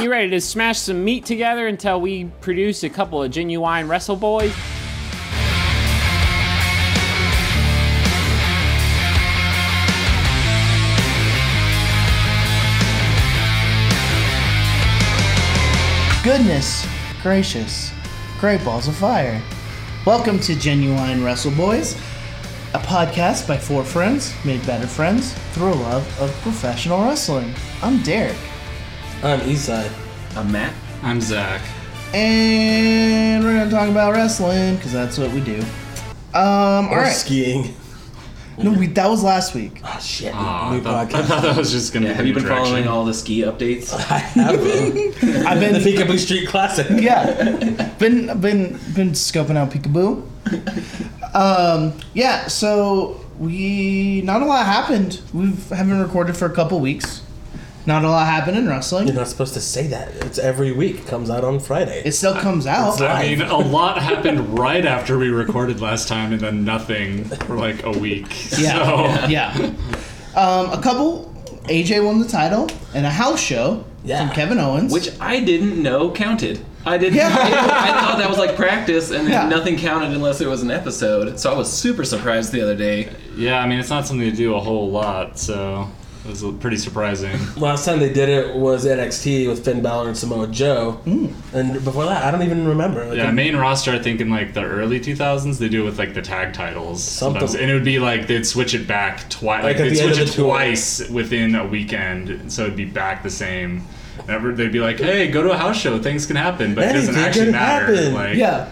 You ready to smash some meat together until we produce a couple of genuine wrestle boys? Goodness gracious. Great balls of fire. Welcome to Genuine Wrestle Boys, a podcast by four friends made better friends through a love of professional wrestling. I'm Derek. I'm Eastside. I'm Matt. I'm Zach. And we're going to talk about wrestling because that's what we do. Um, all Or right. Ah, skiing. no, we, that was last week. Oh shit. Aw, I New thought, I podcast. thought that was just gonna. Yeah, be have you been an introduction. following all the ski updates? I have been. I've the been Peekaboo Street Classic. yeah, been been been scoping out Peekaboo. Um, yeah, so we not a lot happened. We haven't recorded for a couple weeks. Not a lot happened in You're wrestling. not supposed to say that. It's every week. It comes out on Friday. It still comes out. not- I mean, a lot happened right after we recorded last time, and then nothing for like a week. Yeah. So, Yeah, um, a couple. AJ won the title and a house show Yeah. from Kevin Owens. Which I didn't know counted. I didn't. Yeah. I thought that was like practice, and then Yeah. nothing counted unless it was an episode. So I was super surprised the other day. yeah, I mean, it's not something to do a whole lot, so it was pretty surprising. Last time they did it was NXT with Finn Balor and Samoa Joe. Hmm. And before that, I don't even remember. Like, Yeah, main roster, I think in like the early 2000s, they do it with like the tag titles. Something. sometimes. And it would be like they'd switch it back twice. Like, Like, at they'd the end switch of it the tour. twice within a weekend, so it'd be back the same. Never, they'd be like, hey, go to a house show, things can happen, but it doesn't Anything actually can matter. happen. Like, Yeah.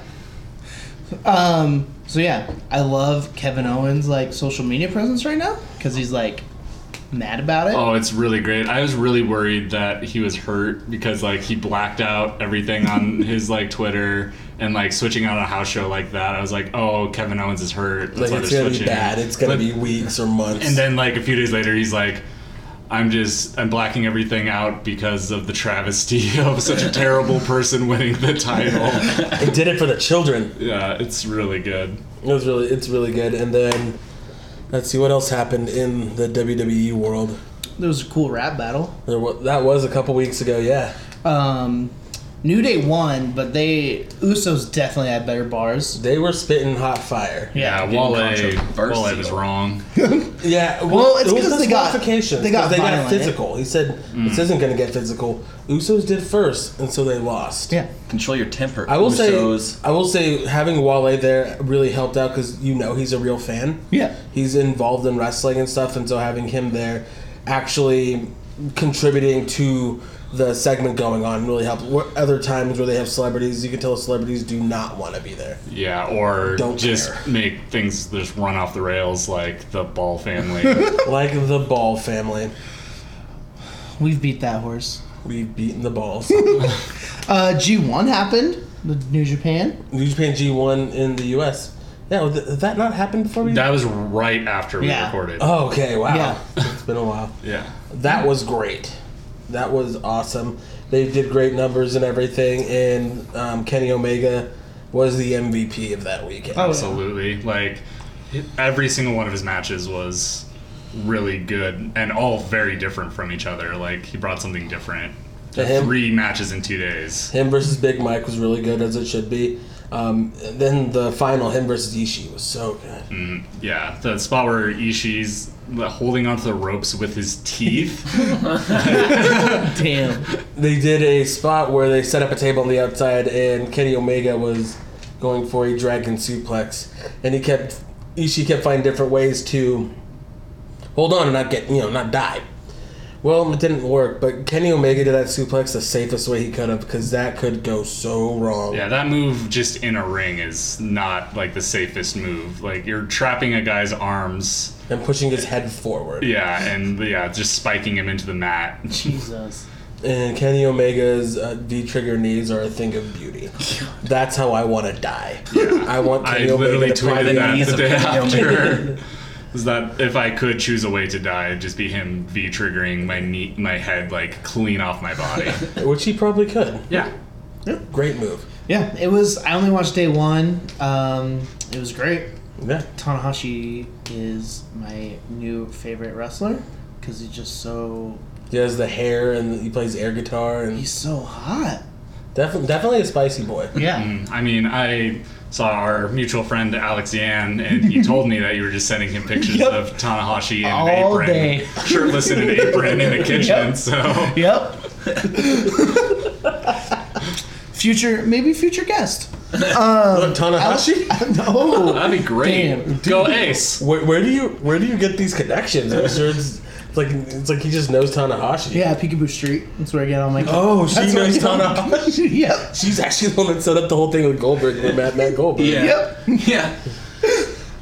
Um. So yeah, I love Kevin Owens' like social media presence right now because he's like mad about it. Oh, it's really great. I was really worried that he was hurt because like he blacked out everything on his like Twitter and like switching on a house show like that. I was like, oh, Kevin Owens is hurt. That's Like, why it's they're gonna be switching. bad. It's gonna But- be weeks or months. And then like a few days later, he's like. I'm just I'm blacking everything out because of the travesty of such a terrible person winning the title. they did it for the children. Yeah, it's really good. It was really, it's really good. And then, let's see what else happened in the WWE world. There was a cool rap battle. There was, that was a couple weeks ago. Yeah, Um, New Day won, but they Usos definitely had better bars. they were spitting hot fire. Yeah, getting Wale controversial. Wale was wrong. Yeah, Well, it's it was 'cause they got- disqualifications, they got 'cause they violent. got physical. He said this isn't going to get physical. Usos did first, and so they lost. Yeah, Control your temper. I will Usos. say, I will say, having Wale there really helped out because you know he's a real fan. yeah, he's involved in wrestling and stuff, and so having him there actually contributing to the segment going on really helped. Where Other times where they have celebrities, you can tell celebrities do not want to be there. Yeah, or Don't just care. make things just run off the rails like the Ball family. Like the Ball family, we've beat that horse. we've beaten the balls. Uh, G1 happened. The New Japan. New Japan G1 in the US. Yeah, th- did that not happened before we That was right after we Yeah. recorded. Oh, okay, wow. Yeah. It's been a while. yeah. That was great. That was awesome. They did great numbers and everything, and um, Kenny Omega was the MVP of that weekend. Oh. Absolutely. Like every single one of his matches was really good and all very different from each other. Like he brought something different. to To him. Three matches in two days. Him versus Big Mike was really good, as it should be. Um, and then the final, him versus Ishii, was so good. Yeah, the spot where Ishii's holding onto the ropes with his teeth. Damn. They did a spot where they set up a table on the outside, and Kenny Omega was going for a dragon suplex, and he kept Ishii kept finding different ways to hold on and not get you know not die. Well, it didn't work, but Kenny Omega did that suplex the safest way he could have because that could go so wrong. yeah, that move just in a ring is not like the safest move. Like you're trapping a guy's arms. And pushing his head forward. Yeah, and yeah, just spiking him into the mat. Jesus. And Kenny Omega's uh, V trigger knees are a thing of beauty. That's how I want to die. I want I Kenny literally Omega to tweeted private that knees the of day Kenny after. Is that if I could choose a way to die, it'd just be him V triggering my knee, my head like clean off my body. which he probably could. yeah, Great move. Yeah, it was. I only watched day one. Um, it was great. Yeah. Tanahashi is my new favorite wrestler because he's just so He has the hair and he plays air guitar and He's so hot. definitely definitely a spicy boy. Yeah. I mean, I saw our mutual friend Alex Yan, and he told me that you were just sending him pictures Yep. of Tanahashi in an All apron, day. shirtless in an apron in the kitchen. Yep. So Yep. future, maybe future guest. Tanahashi? No. That'd be great. Damn. go Ace. Where, where do you where do you get these connections? I'm sure it's, it's like it's like he just knows Tanahashi. Yeah, Peekaboo Street. That's where I get all my. Oh, she That's where I knows get all my- Tanahashi. yep. She's actually the one that set up the whole thing with Goldberg with Matt Matt Goldberg. Yeah. Yep. Yeah.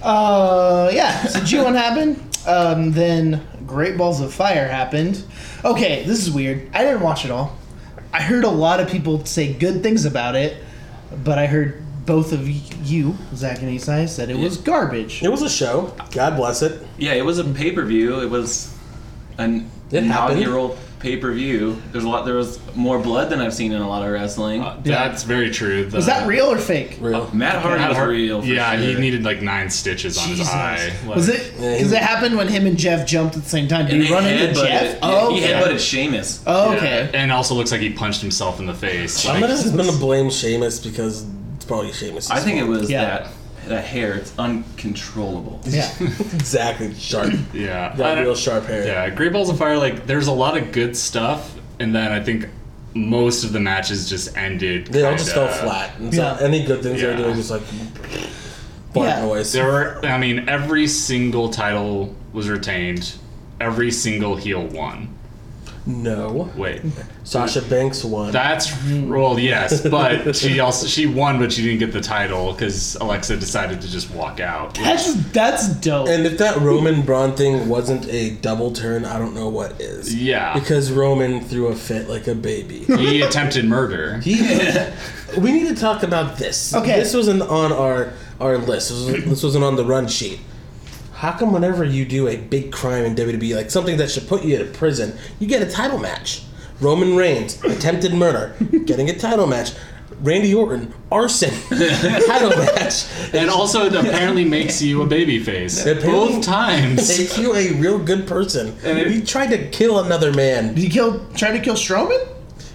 Uh, yeah. So G1 happened. Um, then Great Balls of Fire happened. Okay, this is weird. I didn't watch it all. I heard a lot of people say good things about it, but I heard both of y- you, Zach and Isai, said it was garbage. It was a show. God bless it. Yeah, it was a pay per view. It was an It happened. inaugural pay per view. There's a lot. There was more blood than I've seen in a lot of wrestling. Uh, That's very true. The, Is that real or fake? Oh, Real. Matt Hardy Matt was Har- real. For yeah, sure. he needed like nine stitches on his eye. Like, was it? Because it happened when him and Jeff jumped at the same time. Did And he he run into headbutted. Jeff? Yeah, Oh, he okay. headbutted Sheamus. Oh, yeah, okay. And also looks like he punched himself in the face. I'm like- gonna, I'm gonna blame Seamus because it's probably Seamus. I think it was Yeah. that that hair. It's uncontrollable. Yeah. exactly sharp. yeah. I Got don't- real sharp hair. Yeah, Great Balls of Fire, like, there's a lot of good stuff, and then I think most of the matches just ended. They all just fell kinda- flat. And Yeah. so any good things they were Yeah. doing was like fart Yeah. noise. There were, I mean, every single title was retained, every single heel won. No. Wait, Sasha Banks won. that's well, yes, but she also she won, but she didn't get the title because Alexa decided to just walk out. That's that's dope. and if that Roman Braun thing wasn't a double turn, I don't know what is. Yeah. Because Roman threw a fit like a baby. He attempted murder. we need to talk about this. Okay. This wasn't on our our list. This, was, this wasn't on the run sheet. How come whenever you do a big crime in WWE, like something that should put you in prison, you get a title match? Roman Reigns, attempted murder, getting a title match. Randy Orton, arson, title match. And also, it apparently makes you a babyface Apparently- both times. Make you a real good person. And it- he tried to kill another man. Did he kill? Try to kill Strowman?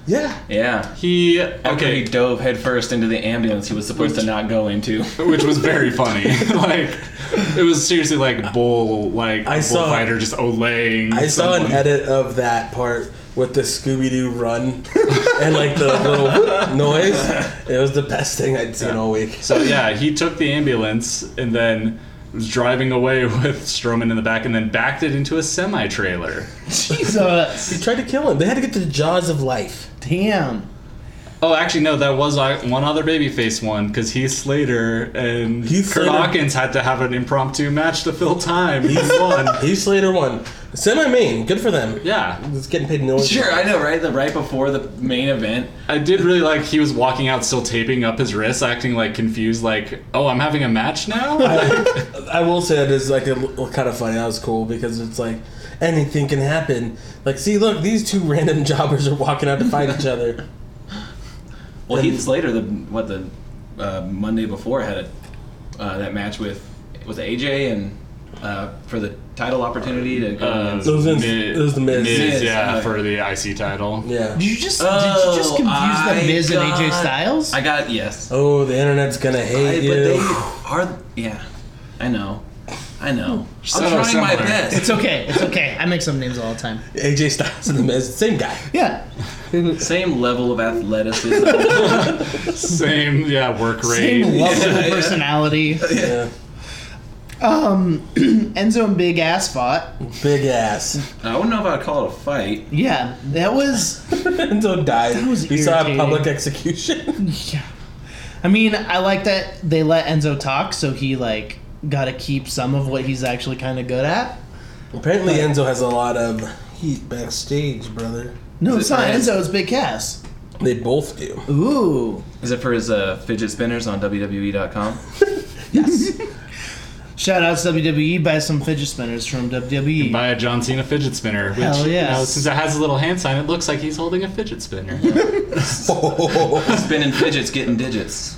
Yeah. Yeah. He After okay, he dove headfirst into the ambulance he was supposed to not go into. which was very funny. like it was seriously like bull, like I a saw- bullfighter just olaying. I saw an someone. edit of that part with the Scooby Doo run and like the little whoop noise. It was the best thing I'd seen all week. So yeah, he took the ambulance and then was driving away with Strowman in the back, and then backed it into a semi trailer. Jesus. He tried to kill him. They had to get to the jaws of life. Damn. Oh, actually no, that was uh, one other babyface one because Heath Slater and Heath Kurt Slater- Hawkins had to have an impromptu match to fill time. He won. He Slater won. Semi main. Good for them. Yeah, It's getting paid millions. Sure, I know, right? The right before the main event. I did really like he was walking out still taping up his wrists, acting like confused, like, "Oh, I'm having a match now." I will say that is like a, kind of funny. That was cool because it's like anything can happen. Like, see, look, these two random jobbers are walking out to fight each other. Well, Heath Slater, the what the uh, Monday before had a, uh, that match with with AJ and uh, for the title opportunity to go. Uh, It was in- Mi- it was the Miz. Miz, yeah, uh, for the IC title. Yeah. Did you just did Oh, you just confuse I the Miz and AJ got- Styles? I got yes. Oh, the internet's gonna I- hate but you. they are yeah. I know, I know. So I'm trying my similar. it's best. okay. It's okay. I make some names all the time. AJ Styles and the Miz, same guy. Yeah. Same level of athleticism. yeah, Same, yeah, work rate. Same level Yeah, of yeah. personality. Yeah. Um, Enzo and Big Ass fought. Big ass. I wouldn't know if I'd call it a fight. Yeah, that was. Enzo died. That was we saw a irritating. public execution. Yeah. I mean, I like that they let Enzo talk, so he like got to keep some of what he's actually kind of good at. Apparently, Enzo has a lot of heat backstage, brother. No, it's Is it not Enzo? Enzo. It's Big Cass. They both do. Ooh. Is it for his uh, fidget spinners on E WWE.com? Shout out to WWE. Buy some fidget spinners from E. WWE. Buy a John Cena fidget spinner. Which, Hell you yes. know, since it has a little hand sign, it looks like he's holding a fidget spinner. Spinning fidgets, getting digits.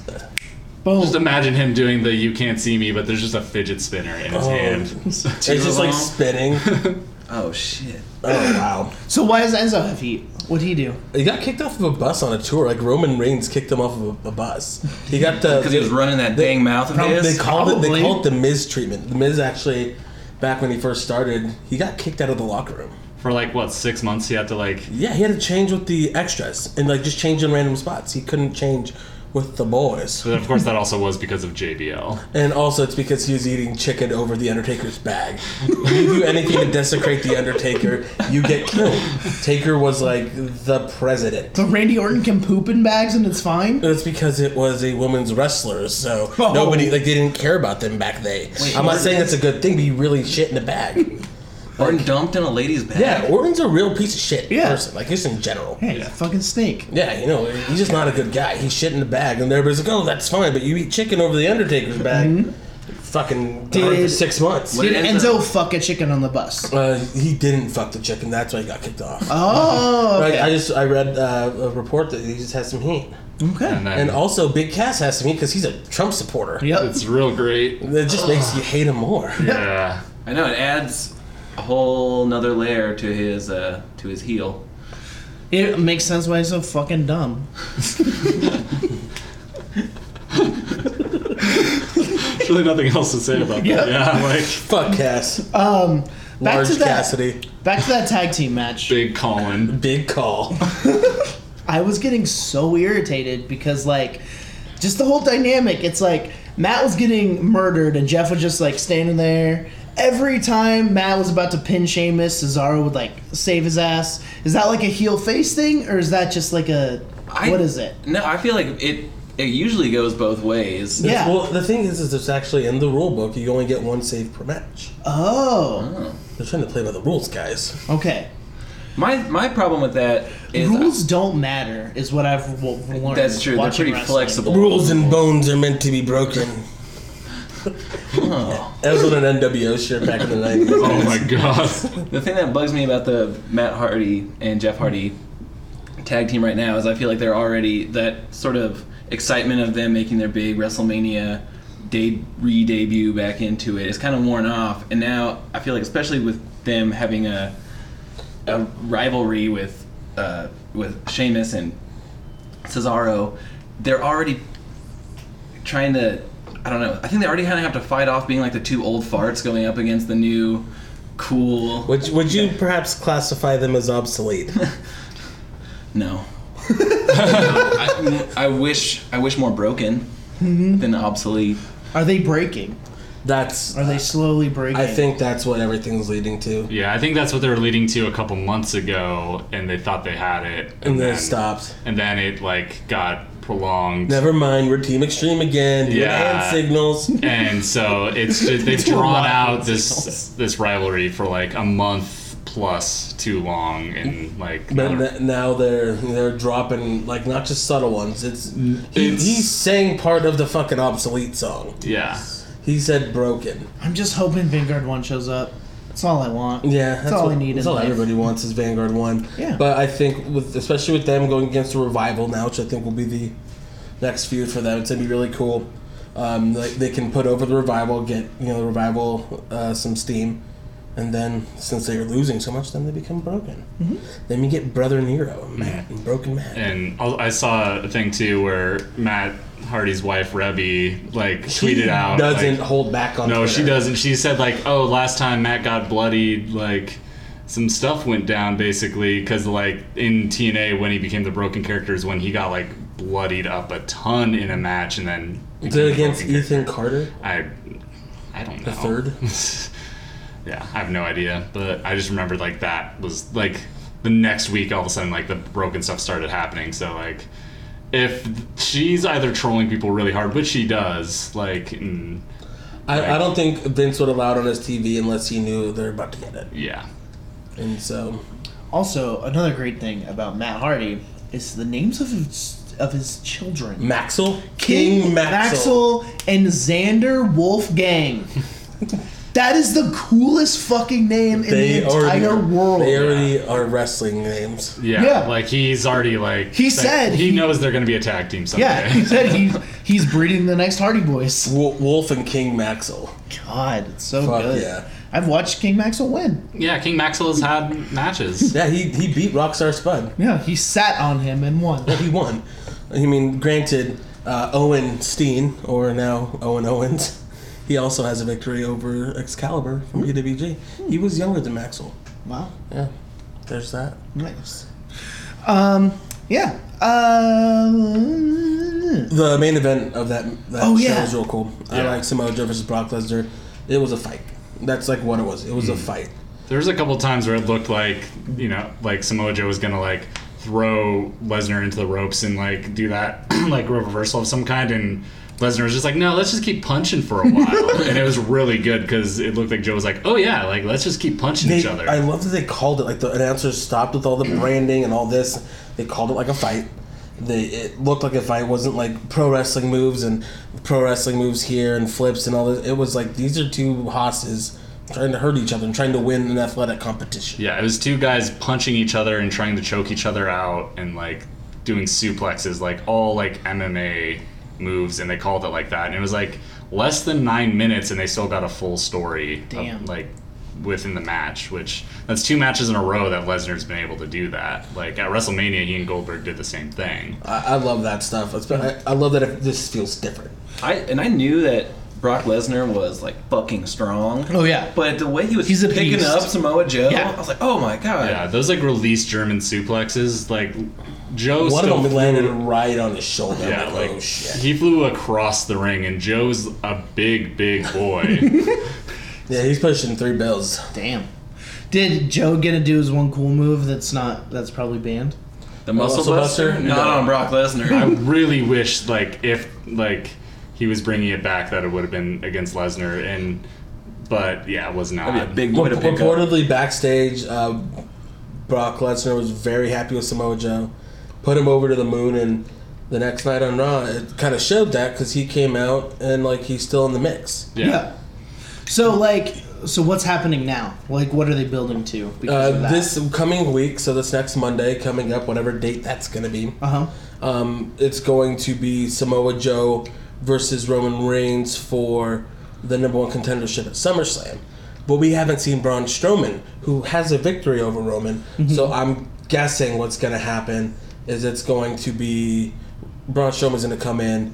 Boom. just imagine him doing Oh. the "You can't see me," but there's just a fidget spinner in his hand. it's just like spinning. Oh shit. Oh wow! So why does Enzo have heat? What'd he do? He got kicked off of a bus on a tour. Like Roman Reigns kicked him off of a, a bus. He got the Because he was running that dang mouth of Prob- his. They called it. They Probably. called it the Miz treatment. The Miz actually, back when he first started, he got kicked out of the locker room. For like what six months, he had to like Yeah, he had to change with the extras and like just change in random spots. He couldn't change with the boys. But of course, that also was because of JBL. And also, it's because he was eating chicken over the Undertaker's bag. When you do anything to desecrate the Undertaker, you get killed. Taker was like the president. So Randy Orton can poop in bags and it's fine. That's because it was a women's wrestler, so Oh. nobody like they didn't care about them back then. I'm not saying that's a good thing, but you really shit in the bag. Orton dumped in a lady's bag. Yeah, Orton's a real piece of shit Yeah. person, like just in general. Hey, it's a fucking snake. Yeah, you know, he's just not a good guy. He's shit in the bag, and everybody's like, "Oh, that's fine," but you eat chicken over the Undertaker's bag. Fucking died for Mm-hmm. Did- six months. What Did did Enzo- Enzo fuck a chicken on the bus? Uh, he didn't fuck the chicken. That's why he got kicked off. Oh, I, I okay. just I read uh, a report that he just has some heat, okay. And then and also Big Cass has some heat because he's a Trump supporter. Yep. it's real great. That just makes you hate him more. Yeah. I know it adds a whole nother layer to his uh, to his heel. It makes sense why he's so fucking dumb. There's really nothing else to say about that. Yeah. Yeah, like Fuck Cass, Um, back large to that. Cassidy, Back to that tag team match. big Colin. big call. I was getting so irritated because like just the whole dynamic, it's like Matt was getting murdered and Jeff was just like standing there. Every time Matt was about to pin Sheamus, Cesaro would like save his ass. Is that like a heel face thing or is that just like a I- what is it? No, I feel like it. It usually goes both ways. Yeah. Well, the thing is, is it's actually in the rule book. You only get one save per match. Oh, They're trying to play by the rules, guys. okay. My my problem with that is Rules don't matter is what I've w- w- learned. That's true. They're watching pretty wrestling. flexible. Rules and bones are meant to be broken. Oh. That was on an NWO shirt back in the 90s. Oh my god. The thing that bugs me about the Matt Hardy and Jeff Hardy tag team right now is I feel like they're already that sort of excitement of them making their big WrestleMania de- re debut back into it is kind of worn off, and now I feel like especially with them having a a rivalry with uh, with Sheamus and Cesaro, they're already trying to. I don't know. I think they already kind of have to fight off being like the two old farts going up against the new cool. Would, would you perhaps classify them as obsolete? No. I, I wish I wish more broken Mm-hmm. than obsolete. Are they breaking? That's. Are they slowly breaking? I think that's what everything's leading to. Yeah, I think that's what they were leading to a couple months ago, and they thought they had it, And then it stopped. And then it like got prolonged. Never mind, we're Team Extreme again. doing Yeah. Hand signals. And so it's just, they've drawn out this this rivalry for like a month plus too long, and like But another- th- now they're they're dropping like not just subtle ones. It's, he, It's- he sang part of the fucking obsolete song. yeah. He said broken. I'm just hoping Vanguard One shows up. That's all I want. Yeah, that's, all what- I need. That's in all life. everybody wants is Vanguard One. Yeah. But I think with especially with them going against the revival now, which I think will be the next feud for them, it's gonna be really cool. Um, they, they can put over the revival, get you know the revival uh, some steam, and then since they are losing so much, then they become broken. Mm-hmm. Then you get Brother Nero, Mm-hmm. and Matt, and Broken Matt. And I'll- I saw a thing too where Matt Hardy's wife Rebby like tweeted She out doesn't like, hold back on. No, she Twitter. doesn't. She said like, "Oh, last time Matt got bloodied, like some stuff went down basically because like in TNA when he became the Broken Character is when he got like bloodied up a ton in a match and then Is became it the against Broken Character. Ethan Carter? I I don't know. The third? yeah, I have no idea, but I just remembered like that was like the next week all of a sudden like the broken stuff started happening. So like if she's either trolling people really hard, which she does, like mm, and, I, I don't think Vince would allow it on his TV unless he knew they're about to get it. yeah. And so Also, another great thing about Matt Hardy is the names of his, of his children. Maxwell? King, Maxwell. Maxwell, and Xander Wolfgang. that is the coolest fucking name in the entire world. They already are wrestling names. yeah. Yeah. Like he's already like He like, said he he- knows they're gonna be a tag team someday. yeah, he said he, he's breeding the next Hardy Boys. Wo- Wolf and King Maxwell. God, it's so Fuck good. yeah. I've watched King Maxwell win. Yeah, King Maxwell has had matches. Yeah, he, he beat Rockstar Spud. Yeah, he sat on him and won. He won. I mean, granted, uh, Owen Steen, or now Owen Owens, he also has a victory over Excalibur Hmm. from PWG. He was younger than Maxwell. Wow, Yeah, there's that. nice. Um, yeah. Uh, The main event of that, that Oh, show yeah. was real cool. I Yeah. like Samoa Joe versus Brock Lesnar. It was a fight. That's like what it was. It was Hmm. a fight. There was a couple times where it looked like, you know, like Samoa Joe was gonna like throw Lesnar into the ropes and like do that like reversal of some kind, and Lesnar was just like, no, let's just keep punching for a while, and it was really good because it looked like Joe was like, oh yeah, like let's just keep punching They- each other. I love that they called it like the announcers stopped with all the branding and all this. They called it like a fight. They it looked like a fight. It wasn't like pro wrestling moves and pro wrestling moves here and flips and all this. It was like these are two hosses trying to hurt each other and trying to win an athletic competition. yeah, it was two guys punching each other and trying to choke each other out and like doing suplexes, like all like MMA moves, and they called it like that, and it was like less than nine minutes, and they still got a full story. of, Damn. like within the match, which that's two matches in a row that Lesnar's been able to do that. Like at WrestleMania, he and Goldberg did the same thing. I, I love that stuff. It's- I, I love that it, this feels different. I and I knew that Brock Lesnar was like fucking strong. oh yeah. But the way he was He's a picking beast. up Samoa Joe, Yeah. I was like, oh my god. Yeah, those like released German suplexes, like Joe One still of them flew- landed right on his shoulder. Yeah, I'm like, like oh shit. he flew across the ring, and Joe's a big, big boy. Yeah, he's pushing three bells. Damn. Did Joe get to do his one cool move that's not that's probably banned? The muscle, Muscle buster? buster? Not No. on Brock I Lesnar. really wish like if like he was bringing it back that it would have been against Lesnar and but yeah it was not That'd be a big boy to pick up. Reportedly backstage, uh, Brock Lesnar was very happy with Samoa Joe, put him over to the moon, and the next night on Raw, it kind of showed that because he came out and like he's still in the mix. yeah. So like, so what's happening now? Like, what are they building to? Because Uh, this coming week, so this next Monday coming up, whatever date that's gonna be, Uh huh. um, it's going to be Samoa Joe versus Roman Reigns for the number one contendership at SummerSlam. But we haven't seen Braun Strowman, who has a victory over Roman. So I'm guessing what's going to happen is it's going to be Braun Strowman's going to come in,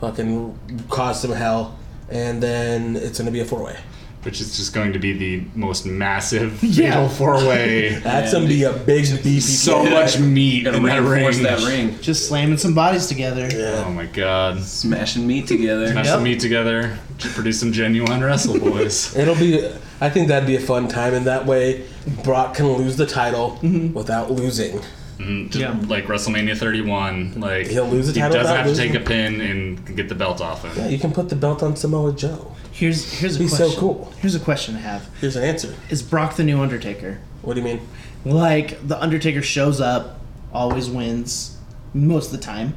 fucking cause some hell, and then it's going to be a four way. which is just going to be the most massive Yeah. fatal four way That's going to be a big beefy. so fight. much meat Gonna in that reinforce ring. that ring. Just slamming some bodies together. oh my god Smashing meat together. smash Yep. some meat together to produce some genuine wrestle boys It'll be. I think that'd be a fun time, and that way Brock can lose the title without losing. Mm, just Yeah. like WrestleMania 31 like He'll lose the he title doesn't without have losing. to take a pin and get the belt off him Yeah, you can put the belt on Samoa Joe. Here's here's a He's so question. cool. Here's a question I have: Here's an answer. Is Brock the new Undertaker? What do you mean? Like the Undertaker shows up, always wins most of the time.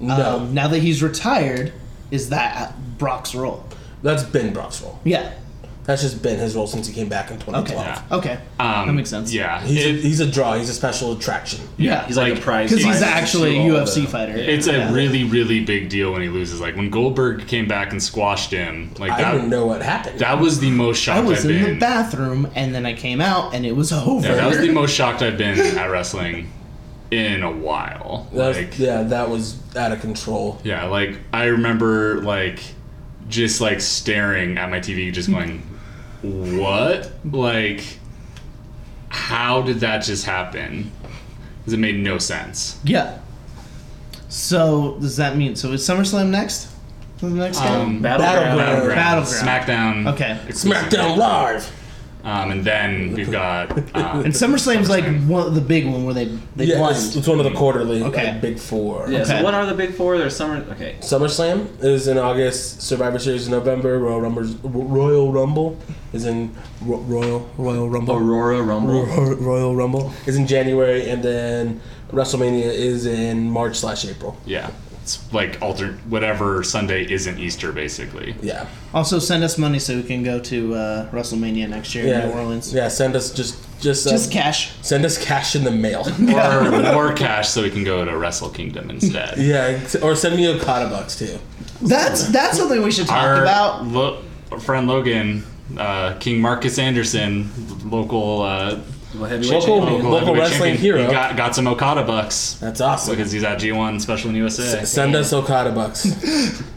No, Um, now that he's retired, is that Brock's role? that's been Brock's role. Yeah. That's just been his role since he came back in 2012. Yeah. Okay. Uh, um, that makes sense. yeah He's, It- a, he's a draw. He's a special attraction. Yeah. He's like, a prize. because he's fighter actually a to all UFC the- fighter. It's a Yeah. really, really big deal when he loses. Like when Goldberg came back and squashed him, like I that. don't know what happened. That was the most I shocked was I've in been. the bathroom and then I came out and it was over. Yeah, that was the most shocked I've been at wrestling in a while. That was- Like, yeah. yeah, that was out of control. like I remember like just like staring at my TV, just going, "What? Like, how did that just happen?" Because it made no sense. Yeah. So does that mean so is SummerSlam next? The next Um, guy? Battleground. Battleground. Battleground. SmackDown. Okay. exclusive. SmackDown Live. Um, and then we've got um, And SummerSlam's like SummerSlam. one the big one where they they Yeah, blind. it's, it's one of the quarterly Okay. like, big four. Yeah, Okay. so what are the big four? There's summer. Okay. SummerSlam is in August. Survivor Series in November. Royal Rumble. Royal Rumble is in Ro- Royal Oh, Royal Rumble. Aurora Rumble. Ro- Royal Rumble is in January, and then WrestleMania is in March slash April. Yeah. It's like alternate whatever Sunday isn't Easter basically. Yeah, Also send us money so we can go to uh, WrestleMania next year yeah, in New Orleans. Yeah, send us just just, uh, Just cash. send us cash in the mail. Or more cash so we can go to Wrestle Kingdom instead. yeah, or send me Okada bucks too. That's that's something we should talk Our about. Lo- our friend Logan uh, King Marcus Anderson, local uh, Well, heavyweight Local- champion. local, local heavyweight wrestling champion. hero. He got got some Okada bucks That's awesome. because he's at G1 Special in USA. Send us Okada bucks.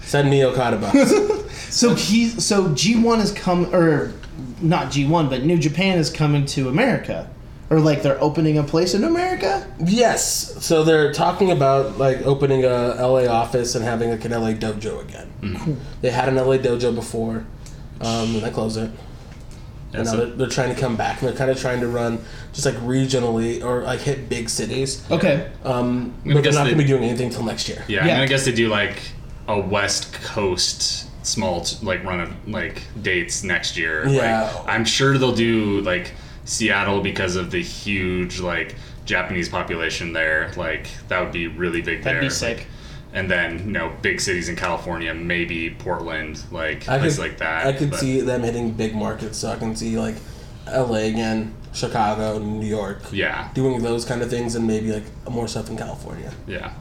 Send me Okada bucks. So he, so G one is come or not G one, but New Japan is coming to America, or like they're opening a place in America. yes. So they're talking about like opening a LA office and having like an LA dojo again. Mm-hmm. They had an LA dojo before, um, and they closed it. Yeah, and now so- they're, they're trying to come back. And they're kind of trying to run just like regionally or like hit big cities. Okay. Um, I but they're guess not they- going to be doing anything till next year. yeah, Yeah. and I guess they do like a West Coast small t- like run of like dates next year. Yeah. Like, I'm sure they'll do like Seattle because of the huge like Japanese population there. Like that would be really big That'd there. be sick. And then you know big cities in California, maybe Portland, like I places could, like that. I could but- see them hitting big markets, so I can see like LA again, Chicago, New York. Yeah. Doing those kind of things and maybe like more stuff in California. Yeah.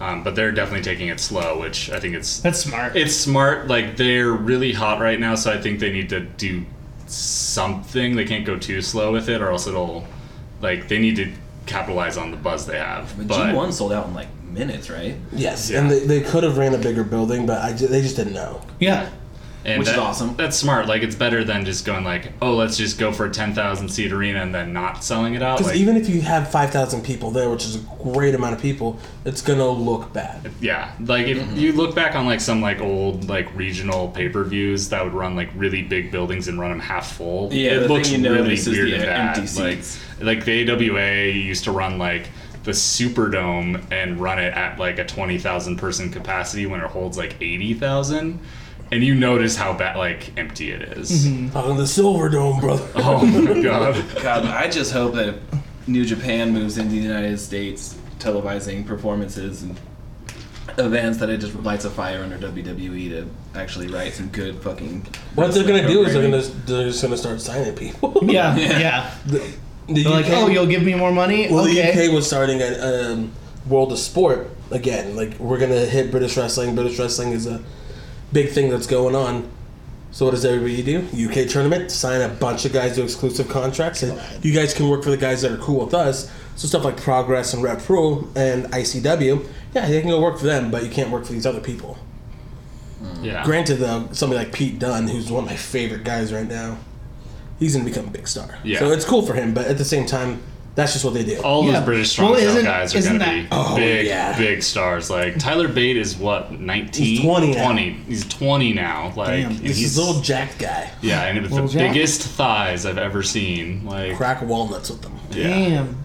Um, but they're definitely taking it slow, which I think it's That's smart. it's smart. Like they're really hot right now, so I think they need to do something. They can't go too slow with it, or else it'll like they need to capitalize on the buzz they have. But but G1 sold out in like minutes, right? Yes, Yeah. and they, they could have ran a bigger building, but I ju- they just didn't know. yeah. and which is that- awesome. That's smart. Like it's better than just going like, oh, let's just go for a ten thousand seat arena and then not selling it out. Because Like, even if you have five thousand people there, which is a great amount of people, it's gonna look bad. yeah like if Mm-hmm. you look back on like some like old like regional pay-per-views that would run like really big buildings and run them half full Yeah, the it thing looks you really notice weird is the and bad empty like seats. like the awa used to run like the superdome and run it at like a 20000 person capacity when it holds like 80000 and you notice how bad like empty it is. Talking the Silver Dome, brother. oh my god God, I just hope that if New Japan moves into the United States, televising performances and events, that it just lights a fire under WWE to actually write some good fucking. What they're gonna wrestling do is they're gonna programming. they're just gonna start signing people. Yeah. Yeah. Yeah. The, the They're like, UK oh, you'll give me more money. Well, okay. the UK was starting at um, World of Sport again. Like we're gonna hit British wrestling. British wrestling is a big thing that's going on. So what does everybody do? UK tournament, sign a bunch of guys to exclusive contracts, and you guys can work for the guys that are cool with us. So stuff like Progress and Red Pro and ICW, yeah, they can go work for them, but you can't work for these other people. yeah Granted, though, somebody like Pete Dunne, who's one of my favorite guys right now, he's gonna become a big star. Yeah. Oh, So it's cool for him, but at the same time, that's just what they do. all Yeah. those British Well, strong style isn't- guys are isn't going that- to be Oh, big, yeah. big stars. Like Tyler Bate is what nineteen, He's 20 now. He's twenty now. Like Damn, and This he's is little Jack guy. yeah, and with the Little Jack. biggest thighs I've ever seen. Like Crack walnuts with them. yeah. Damn.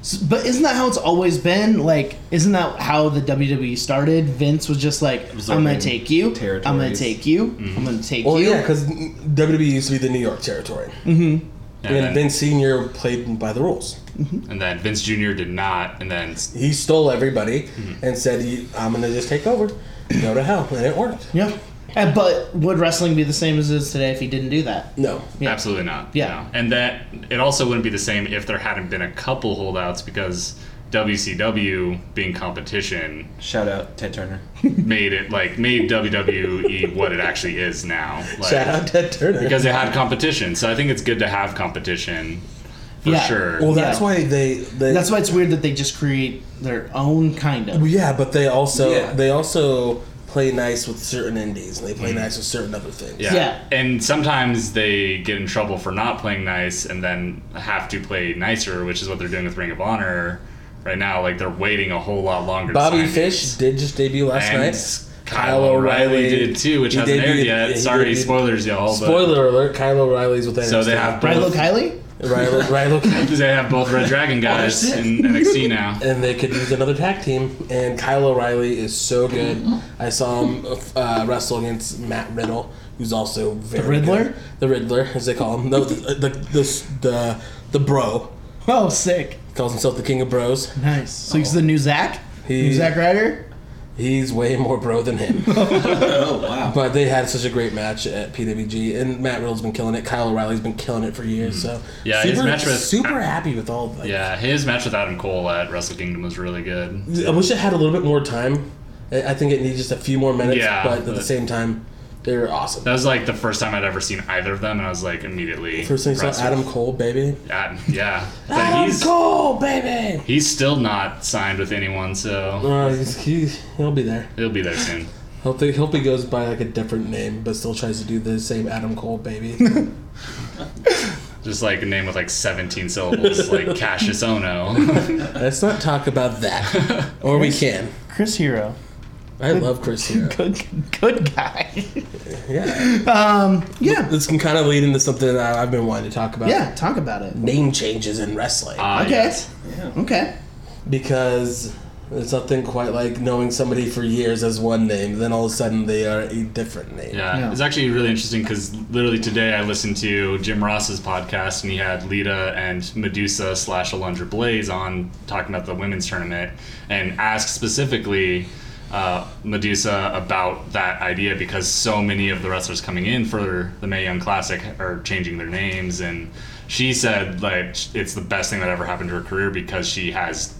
S- But isn't that how it's always been? Like, isn't that how the WWE started? Vince was just like, "I'm gonna Absorbing take you. I'm gonna territories. take you. I'm gonna take Well, you." yeah, because WWE E used to be the New York territory, And, and then, Vince Senior played by the rules. and then Vince Jr. did not, and then He stole everybody Mm-hmm. and said, "You- "I'm gonna just take over." Go to hell, and it worked. Yeah. And, but would wrestling be the same as it is today if he didn't do that? No, Yeah. absolutely not. Yeah. No. and that it also wouldn't be the same if there hadn't been a couple holdouts because WCW being competition Shout out Ted Turner. made it like made WWE what it actually is now. Like, shout out Ted Turner because they had competition. So I think it's good to have competition for Yeah. sure. well, that's Yeah. why they, they That's why it's weird that they just create their own kind of. Well, yeah, but they also Yeah. they also play nice with certain indies, and they play nice with certain other things. Mm. yeah. yeah. And sometimes they get in trouble for not playing nice and then have to play nicer, which is what they're doing with Ring of Honor right now. Like they're waiting a whole lot longer to Bobby sign Fish these. did just debut last and night. Kyle O'Reilly did too, which he hasn't aired debuted- yeah, yet. he Sorry, debuted- spoilers, y'all. but- Spoiler alert: Kyle O'Reilly's with that. So they have Rilo both. Kiley? Rilo, Rilo- They have both Red Oh, Dragon guys in NXT now. and they could use another tag team. And Kyle O'Reilly is so good. Mm-hmm. I saw him uh, wrestle against Matt Riddle, who's also very the Riddler? the Riddler, as they call him. No, the the the, the, the bro Oh, sick. calls himself the King of Bros. Nice. So he's the new Zack? He- new Zack Ryder? He's way more bro than him. Oh wow. But they had such a great match at PWG, and Matt Riddle's been killing it. Kyle O'Reilly's been killing it for years. So Hmm. Yeah, super, his match with- super happy with all. Like, Yeah, his match with Adam Cole at Wrestle Kingdom was really good. I wish it had a little bit more time. I I think it needs just a few more minutes, Yeah, but at the but- same time, They were awesome. That was like the first time I'd ever seen either of them, and I was like immediately. First thing I saw, impressed with- Adam Cole, baby. Adam- yeah, but Adam he's Cole, baby. he's still not signed with anyone, so Uh, he's, he, he'll be there. he'll be there soon. Hope, they, hope he goes by like a different name, but still tries to do the same Adam Cole, baby. Just like a name with like 17 syllables, like Cassius Ono. Let's not talk about that, or we can. Chris Hero. I love Chris Hero. Good, good guy. Yeah, Um, yeah, this can kind of lead into something that I've been wanting to talk about. yeah. Talk about it. name changes in wrestling. Ah, Okay. yes. Okay. because there's nothing quite like knowing somebody for years as one name, then all of a sudden they are a different name. Yeah, Yeah. it's actually really interesting because literally today I listened to Jim Ross's podcast and he had Lita and Medusa slash Alundra Blaze on talking about the women's tournament and asked specifically uh, Medusa about that idea because so many of the wrestlers coming in for the Mae Young Classic are changing their names and she said like it's the best thing that ever happened to her career because she has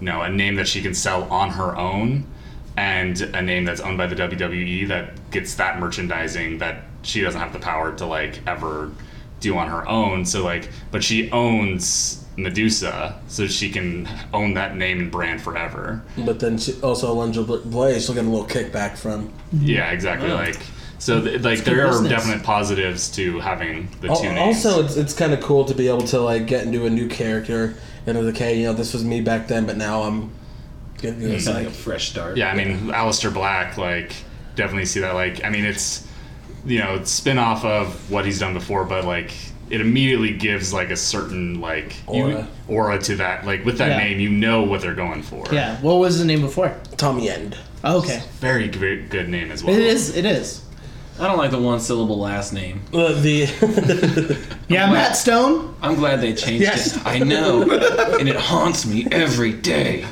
you know a name that she can sell on her own and a name that's owned by the WWE that gets that merchandising that she doesn't have the power to like ever do on her own. So like, but she owns Medusa, so she can own that name and brand forever. But then she, also Alundra Blaze, she'll get a little kickback from. Yeah, exactly. Like, so th- like there business. are definite positives to having the two Al- names. Also, it's, it's kind of cool to be able to like get into a new character and it's like, hey, you know, this was me back then, but now I'm. Good, you know, it's It's like like, a fresh start. Yeah, I mean, Alistair Black, like, definitely see that. Like, I mean, it's, you know, it's spin off of what he's done before, but, like, it immediately gives, like, a certain, like, you- Aura. aura to that. Like, with that Yeah. name, you know what they're going for. Yeah. What was the name before? Tommy End. Oh, okay. Very good, good name as well. It is. It is. I don't like the one syllable last name. Uh, the Yeah, Matt Stone. I'm glad they changed Yes. it. I know, and it haunts me every day.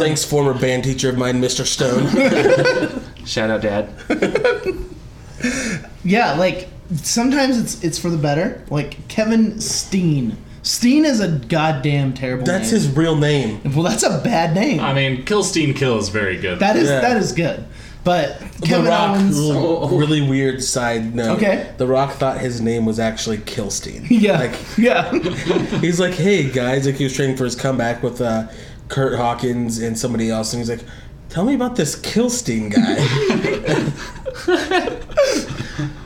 thanks former band teacher of mine, Mr. Stone. Shout out, Dad. Yeah, like sometimes it's it's for the better. Like Kevin Steen. Steen is a goddamn terrible. That's name. his real name. Well, that's a bad name. I mean, Killstein Kill is very good. that is Yeah. that is good. But the Kevin Rock, Owens. Oh. really, really weird side note. Okay. The Rock thought his name was actually Kilstein. Yeah. Like, yeah. he's like, hey guys, like he was training for his comeback with uh, Kurt Hawkins and somebody else, and he's like, tell me about this Kilstein guy.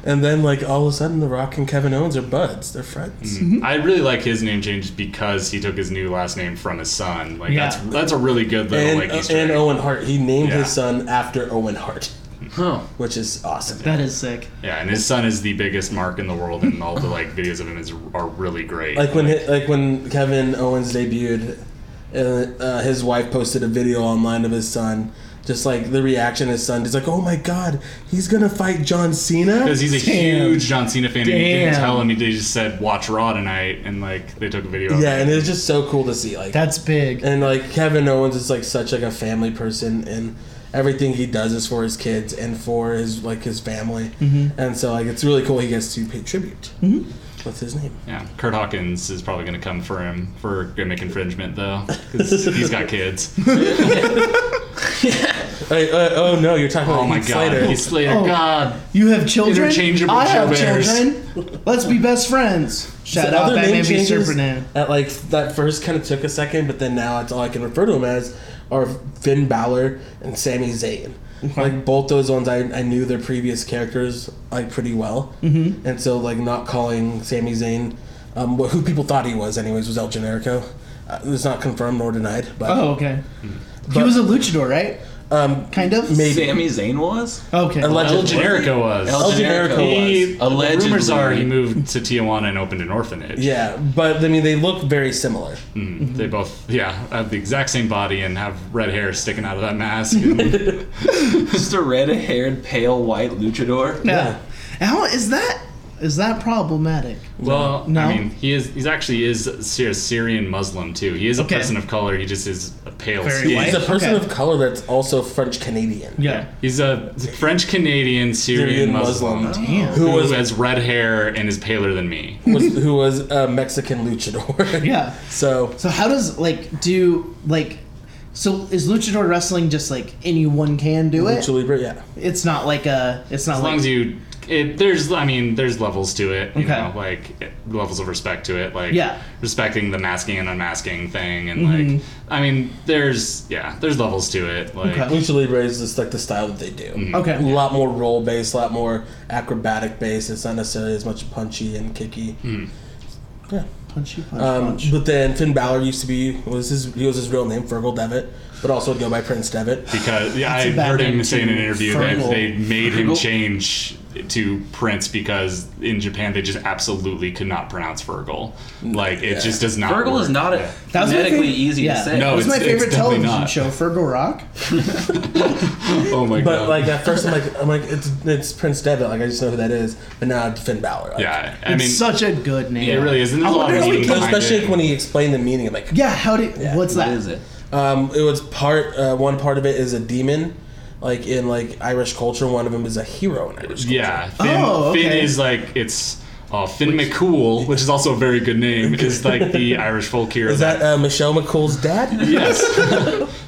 and then like all of a sudden, The Rock and Kevin Owens are buds. They're friends. I really like his name change because he took his new last name from his son. Like, Yeah. that's that's a really good little, And, uh, like, Easter and egg. Owen Hart, he named Yeah. his son after Owen Hart, Huh. which is awesome. That is sick. Yeah, and his son is the biggest mark in the world, and all the, like, videos of him is, are really great. like when hi- like when Kevin Owens debuted, uh, uh, his wife posted a video online of his son. Just like the reaction of his son, he's like, "Oh my God, he's gonna fight John Cena." Because he's a Damn. huge John Cena fan, and you Damn. didn't tell him. He they just said, "Watch Raw tonight," and like they took a video. of yeah, it. and it's just so cool to see. Like, That's big. and like Kevin Owens is like such like a family person, and everything he does is for his kids and for his like his family, Mm-hmm. and so like it's really cool he gets to pay tribute with his name. yeah. Kurt Hawkins is probably going to come for him for gimmick infringement though, because he's got kids. Hey, uh, oh no, you're talking Oh about my Heath Slater. god, he's Slater. Oh. God, You have children. Interchangeable I have Joe Bears. children. Let's be best friends. Shout So out other Batman name v changes Superman. At like that first kind of took a second, but then now it's all I can refer to him as are Finn Balor and Sami Zayn. Like both those ones, I, I knew their previous characters like pretty well, mm-hmm. and so like not calling Sami Zayn, um, wh- who people thought he was anyways was El Generico. Uh, it's not confirmed nor denied, but Oh, okay. he But- was a luchador, right? um, Kind of. maybe Sammy Zayn was. Okay. El allegedly. Generico was. El Generico he, was. Allegedly. the rumors are he moved to Tijuana and opened an orphanage. Yeah, but I mean they look very similar. Mm, They both, yeah, have the exact same body and have red hair sticking out of that mask. And Just a red-haired, pale white luchador. yeah. How is that? Is that problematic? Well, No. I mean, he is. He's actually is a Syr- Syrian Muslim too. He is a Okay. person of color. He just is a pale Very skin. white. He's a person Okay. of color that's also French Canadian. Yeah. He's a French Canadian Syrian Syrian Muslim, Muslim. Damn. Who who was has red hair and is paler than me. was who was a Mexican luchador. Yeah. So So how does like do like So is luchador wrestling just like anyone can do it? Lucha Libre, yeah. It's not like a. It's not As like long as you, it, there's, I mean, there's levels to it. You Okay. know, like it- levels of respect to it. Like Yeah. respecting the masking and unmasking thing, and Mhm. like, I mean, there's, yeah, there's levels to it. Like, Okay. Lucha Libre is just like the style that they do. Mm-hmm. A okay. lot more roll based, a lot more acrobatic based. It's not necessarily as much punchy and kicky. Mm-hmm. Yeah. Punchy punch Um, punch. but then Finn Balor used to be was his he was his real name Fergal Devitt, but also would go by Prince Devitt. because yeah, That's a I bad heard him name say in an too, interview that Fergal. they made him Fergal? change to Prince because in Japan they just absolutely could not pronounce Virgil. Like it Yeah. just does not. Fergal work. is not Yeah. a That was my phonetically favorite- easy yeah. to say. No, That's it's- my favorite it's definitely television not. show, Fergal Rock. Oh my But god. like at first I'm like I'm like it's it's Prince Devitt like I just know who that is, but now it's Finn Balor. Like, yeah, I It's mean, such a good name. it really is. And there's a lot wonder of if we meaning can- behind especially it. when he explained the meaning. I'm like, Yeah. How did? what's What that? is it? um, it was part uh, one part of it is a demon, like in like Irish culture. One of them is a hero in Irish culture. Yeah, Finn, Oh, Finn okay. is like it's uh, Finn McCool, which is also a very good name. Is like the Irish folk hero. Is that uh, Michelle McCool's dad? yes,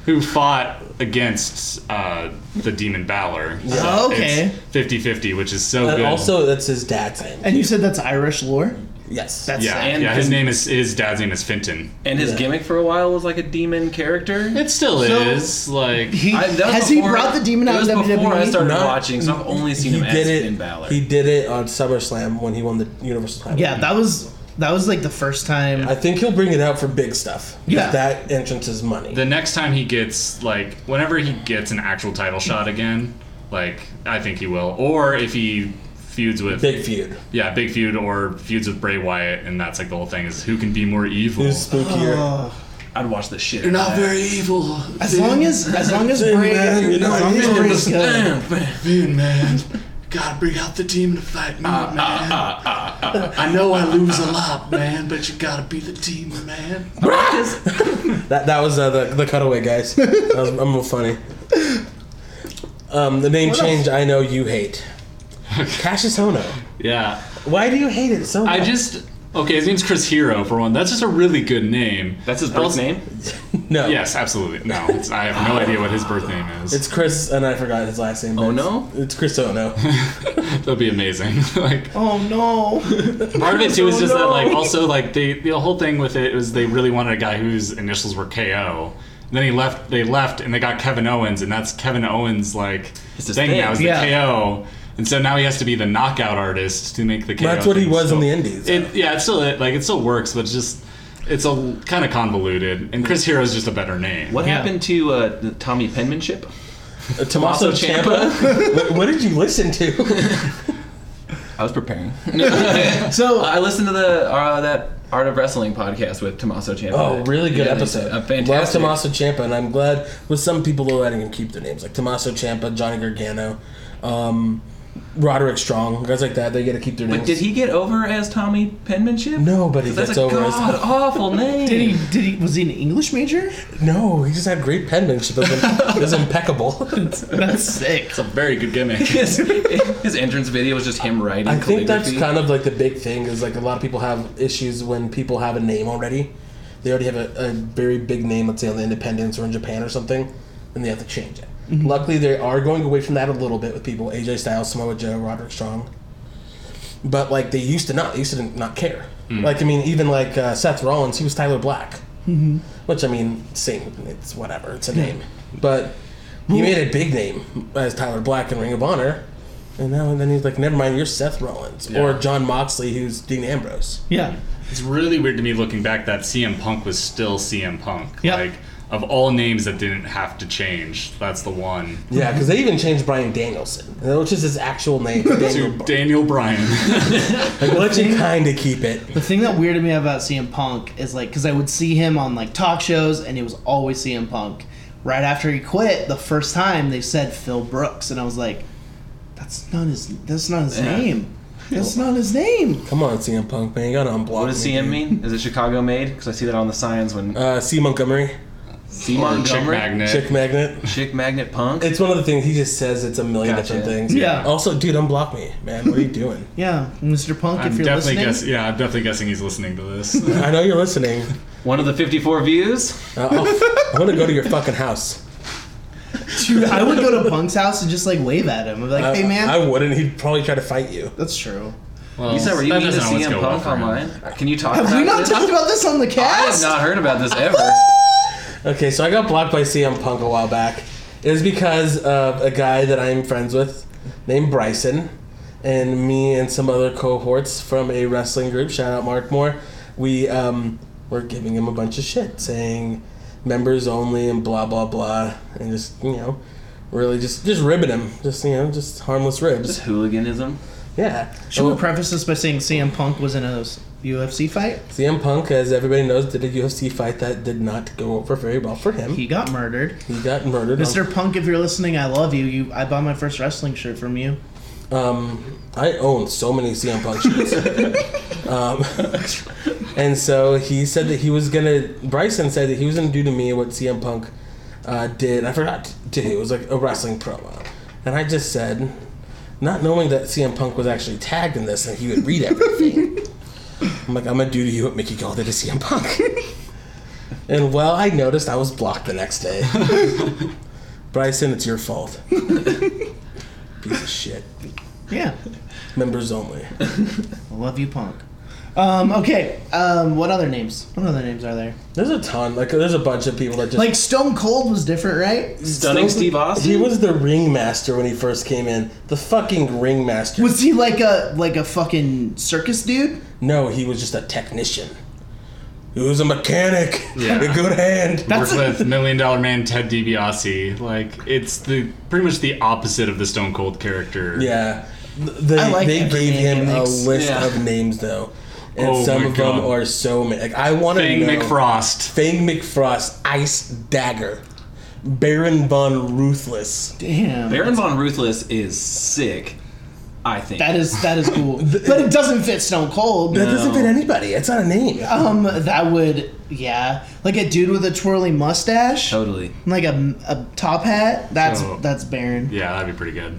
who fought against uh, the demon Balor? Oh, okay. 50 50, which is so And good. Uh, also, that's his dad's name. And you said that's Irish lore. Yes. That's yeah, and yeah. His Finn- name is his dad's name is Finton. And his Yeah. gimmick for a while was like a demon character. It still So- is like He, I- that was has he before- brought the demon it out of E? was WWE? before I started No. watching, so I've only seen he him as did it. Finn Balor. He did it on SummerSlam when he won the Universal title. yeah, that was that was like the first time. I think he'll bring it out for big stuff. Yeah. If that entrance is money. the next time he gets like whenever he gets an actual title shot again, like I think he will, or if he feuds with big feud. Yeah, big feud or feuds with Bray Wyatt, and that's like the whole thing is who can be more evil. Who's spookier? Oh. Ugh. I'd watch the shit. You're not very evil. as long as as long as Finn, Bray, man, you as know, long as Finn Bray's was- good. Finn, man, gotta bring out the team to fight me, man. ah, I know I lose a lot, man, but you gotta be the team, man. That that was uh, the the cutaway, guys. that was, I'm real funny. Um, the name change I know you hate. Cassius Hono. Yeah, Why do you hate it so much? I just okay. His name's Chris Hero for one. That's just a really good name. That's his birth Also- name. no. Yes, absolutely. No, it's, I have no idea what his birth name is. It's Chris, and I forgot his last name. but it's- Ono? It's Chris Ono. That'd be amazing. like Oh no! Part of it too is just that no. like also like they the whole thing with it was they really wanted a guy whose initials were KO. And then he left. They left, and they got Kevin Owens, and that's Kevin Owens like It's his thing, thing, now is the yeah. KO. And so now he has to be the knockout artist to make the KO. That's what he thing was in still- the Indies. It, yeah, it's still it, like it still works, but it's just it's a kind of convoluted. And Chris Hero is just a better name. What Yeah. happened to uh, the Tommy Penmanship? Uh, Tommaso Tommaso Ciampa. what, what did you listen to? I was preparing. So I listened to the uh, that Art of Wrestling podcast with Tommaso Ciampa. Oh, really good Yeah, episode. A fantastic. Love Tommaso Ciampa, and I'm glad with some people they're letting him keep their names, like Tommaso Ciampa, Johnny Gargano, um, Roderick Strong, guys like that. They get to keep their names. But did he get over as Tommy Penmanship? No, but he That's gets a over as- god awful name. did he? Did he? Was he an English major? No, he just had great penmanship. It was, it was impeccable. That's sick. It's a very good gimmick. his, his entrance video was just him writing. I think that's calligraphy. kind of like the big thing is like a lot of people have issues when people have a name already. They already have a, a very big name, let's say on the independents or in Japan or something, and they have to change it. Luckily, they are going away from that a little bit with people AJ Styles, Samoa Joe, Roderick Strong. But like they used to not, they used to not care. Mm. Like I mean, even like uh, Seth Rollins, he was Tyler Black, which I mean, same, it's whatever, it's a name. But he made a big name as Tyler Black in Ring of Honor, and now and then he's like, never mind, you're Seth Rollins or Yeah. John Moxley, who's Dean Ambrose. Yeah. It's really weird to me looking back that CM Punk was still CM Punk. Yeah. Like of all names that didn't have to change, that's the one. Yeah, because they even changed Brian Danielson, which is his actual name. Daniel, To Daniel Bryan. like, let you kind of keep it. The thing that weirded me about CM Punk is like, because I would see him on like talk shows, and it was always CM Punk. Right after he quit, the first time they said Phil Brooks, and I was like, "That's not his. That's not his Yeah. name. That's not his name." Come on, CM Punk, man, you gotta unblock. What does me, CM dude. mean? Is it Chicago made? Because I see that on the signs when Uh, C Montgomery, C or Chick Montgomery, Magnet. Chick Magnet. Chick Magnet Punk. It's one of the things he just says. It's a million Gotcha. different things. Yeah. Also, dude, unblock me, man. What are you doing? Yeah, Mr. Punk, I'm if you're definitely listening, guessing. Yeah, I'm definitely guessing he's listening to this. I know you're listening. One of the 54 views. Uh, oh, I want to go to your fucking house. Dude, I would go to Punk's house and just like wave at him. I'd be like, I- hey man. Uh, I wouldn't. He'd probably try to fight you. That's true. Well, You said, were you that mean to doesn't always CM go well Punk for him. online? Can you talk Have about we not this? talked about this on the I have cast? not heard about this ever. Okay, so I got blocked by CM Punk a while back. It was because of a guy that I'm friends with named Bryson, and me and some other cohorts from a wrestling group. Shout out Mark Moore. We um, were giving him a bunch of shit, saying members only and blah blah blah, and just you know, really just just ribbing him, just you know, just harmless This ribs. hooliganism. Yeah. Should Oh, we preface this by saying CM Punk was in a UFC fight? CM Punk, as everybody knows, did a UFC fight that did not go over very well for him. He He, got murdered. got murdered. on- Mr. Punk, if you're listening, I love you. You, I bought my first wrestling shirt from you. Um, I own so many CM Punk shirts. um, and so he said that he was gonna. Bryson said that he was gonna do to me what CM Punk uh, did. I forgot to do. It was like a wrestling promo, and I just said, not knowing that CM Punk was actually tagged in this, and he would read everything. I'm like, I'm gonna do to you what Mickey Gall did to CM Punk. and well, I noticed I was blocked the next day. Bryson, it's your fault. Piece of shit. Yeah, Members only. I love you, Punk. Um, okay. Um, what other names? What other names are there? There's a ton. Like there's a bunch of people that just Like Stone Cold was different, right? Stunning Steve He Austin? was the ringmaster when he first came in. The fucking ringmaster. Was he like a like a fucking circus dude? no, he was just a technician. He was a mechanic. Yeah. A good hand. Worked That's a- with Million Dollar Man Ted DiBiase. Like it's the pretty much the opposite of the Stone Cold character. Yeah. Th- They, I like they every gave man him a gimmicks. list Yeah. of names though. And Oh some my of them God. are so many. Like I want to Thing know. McFrost. Fang McFrost, Ice Dagger, Baron von Ruthless. Damn. Baron Von Ruthless is sick, I think. That is that is cool, but it doesn't fit Stone Cold. That doesn't fit anybody. It's not a name. Um, that would yeah, like a dude with a twirly mustache, totally. like a, a top hat. That's So- that's Baron. Yeah, that'd be pretty good.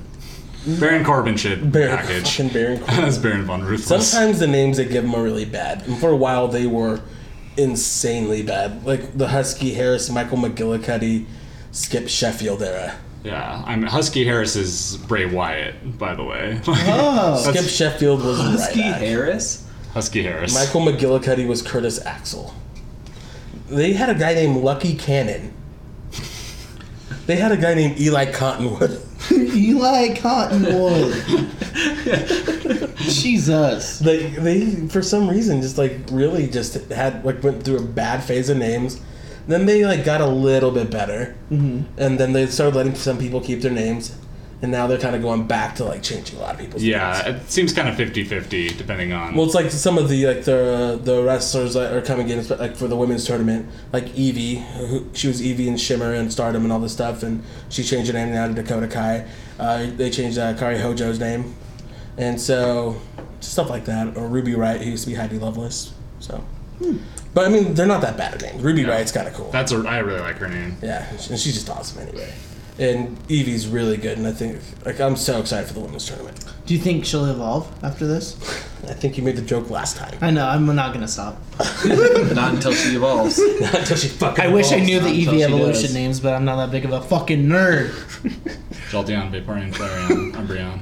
Baron Corbin should Baron, package. fucking Baron Corbin. That's Baron von Ruthless. Sometimes the names they give them are really bad. And for a while, they were insanely bad. Like the Husky Harris, Michael McGillicuddy, Skip Sheffield era. Yeah, I'm Husky Harris is Bray Wyatt, by the way. Oh, Ah, Skip Sheffield was Husky right. back. Harris? Husky Harris. Michael McGillicuddy was Curtis Axel. They had a guy named Lucky Cannon. They had a guy named Eli Cottonwood. Eli Cottonwood. Jesus. They, they for some reason just like really just had like went through a bad phase of names. Then they like got a little bit better, mm-hmm. and then they started letting some people keep their names, and now they're kind of going back to like changing a lot of people's names. yeah, it seems kind of 50-50 depending on. Well, it's like some of the like the the wrestlers that are coming in like for the women's tournament, like Evie, who, she was Evie and Shimmer and Stardom and all this stuff, and she changed her name now to Dakota Kai. Uh, they changed uh, Kari Hojo's name, and so stuff like that. Or Ruby Wright, who used to be Heidi Lovelace. So, but I mean, they're not that bad of names. Ruby Wright's kind of cool. that's a, I really like her name. yeah, and she's just awesome anyway. And Evie's really good, and I think like I'm so excited for the women's tournament. Do you think she'll evolve after this? I think you made the joke last time I know. I'm not gonna stop. Not until she evolves. until she fucking. I wish I evolves. knew the Not until EV she evolution does. names, but I'm not that big of a fucking nerd. Jolteon, Vaporeon, Flareon, Umbreon.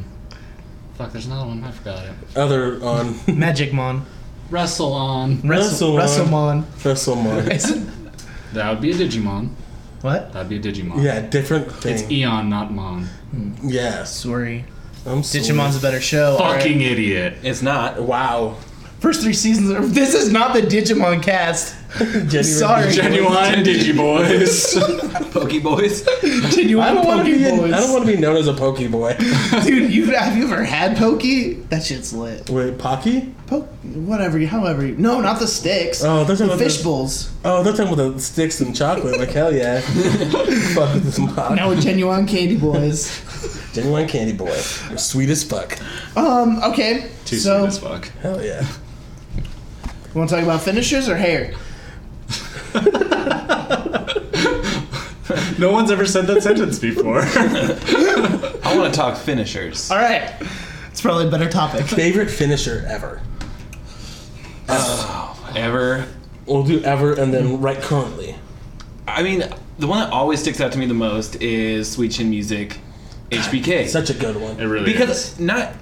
Fuck, there's another one. I forgot it. other on Magic Mon. Wrestle on. Wrestle Wrestlemon. Wrestlemon. Wrestlemon. That would be a Digimon. What? That'd be a Digimon. yeah, different It's e- thing. Eon, not Mon. yes, Sorry. I'm sorry. Digimon's a better show. all right. Fucking idiot. It's not. Wow. First three seasons. Are, this is not the Digimon cast. Jenny Sorry. Genuine Digiboys. Pokey Boys. Genuine I don't want to be. Pokeboys. I don't want to be known as a pokey boy. Dude, you have you ever had pokey? That shit's lit. Wait, pocky? Poke, whatever, however. you- No, not the sticks. Oh, those are the the- fish bowls. Oh, they're talking with the sticks and chocolate. Like hell yeah. fuck with this pop. Now we're genuine candy boys. Genuine candy boy. You're sweet as fuck. um, okay. Too so, sweet as fuck. Hell yeah. you want to talk about finishers or hair? No one's ever said that sentence before. I want to talk finishers. All right, it's probably a better topic. Favorite finisher ever. Ever. We'll do ever and then right currently. I I mean, the one that always sticks out to me the most is Sweet Chin Music, HBK. Such a good one. It really is. because not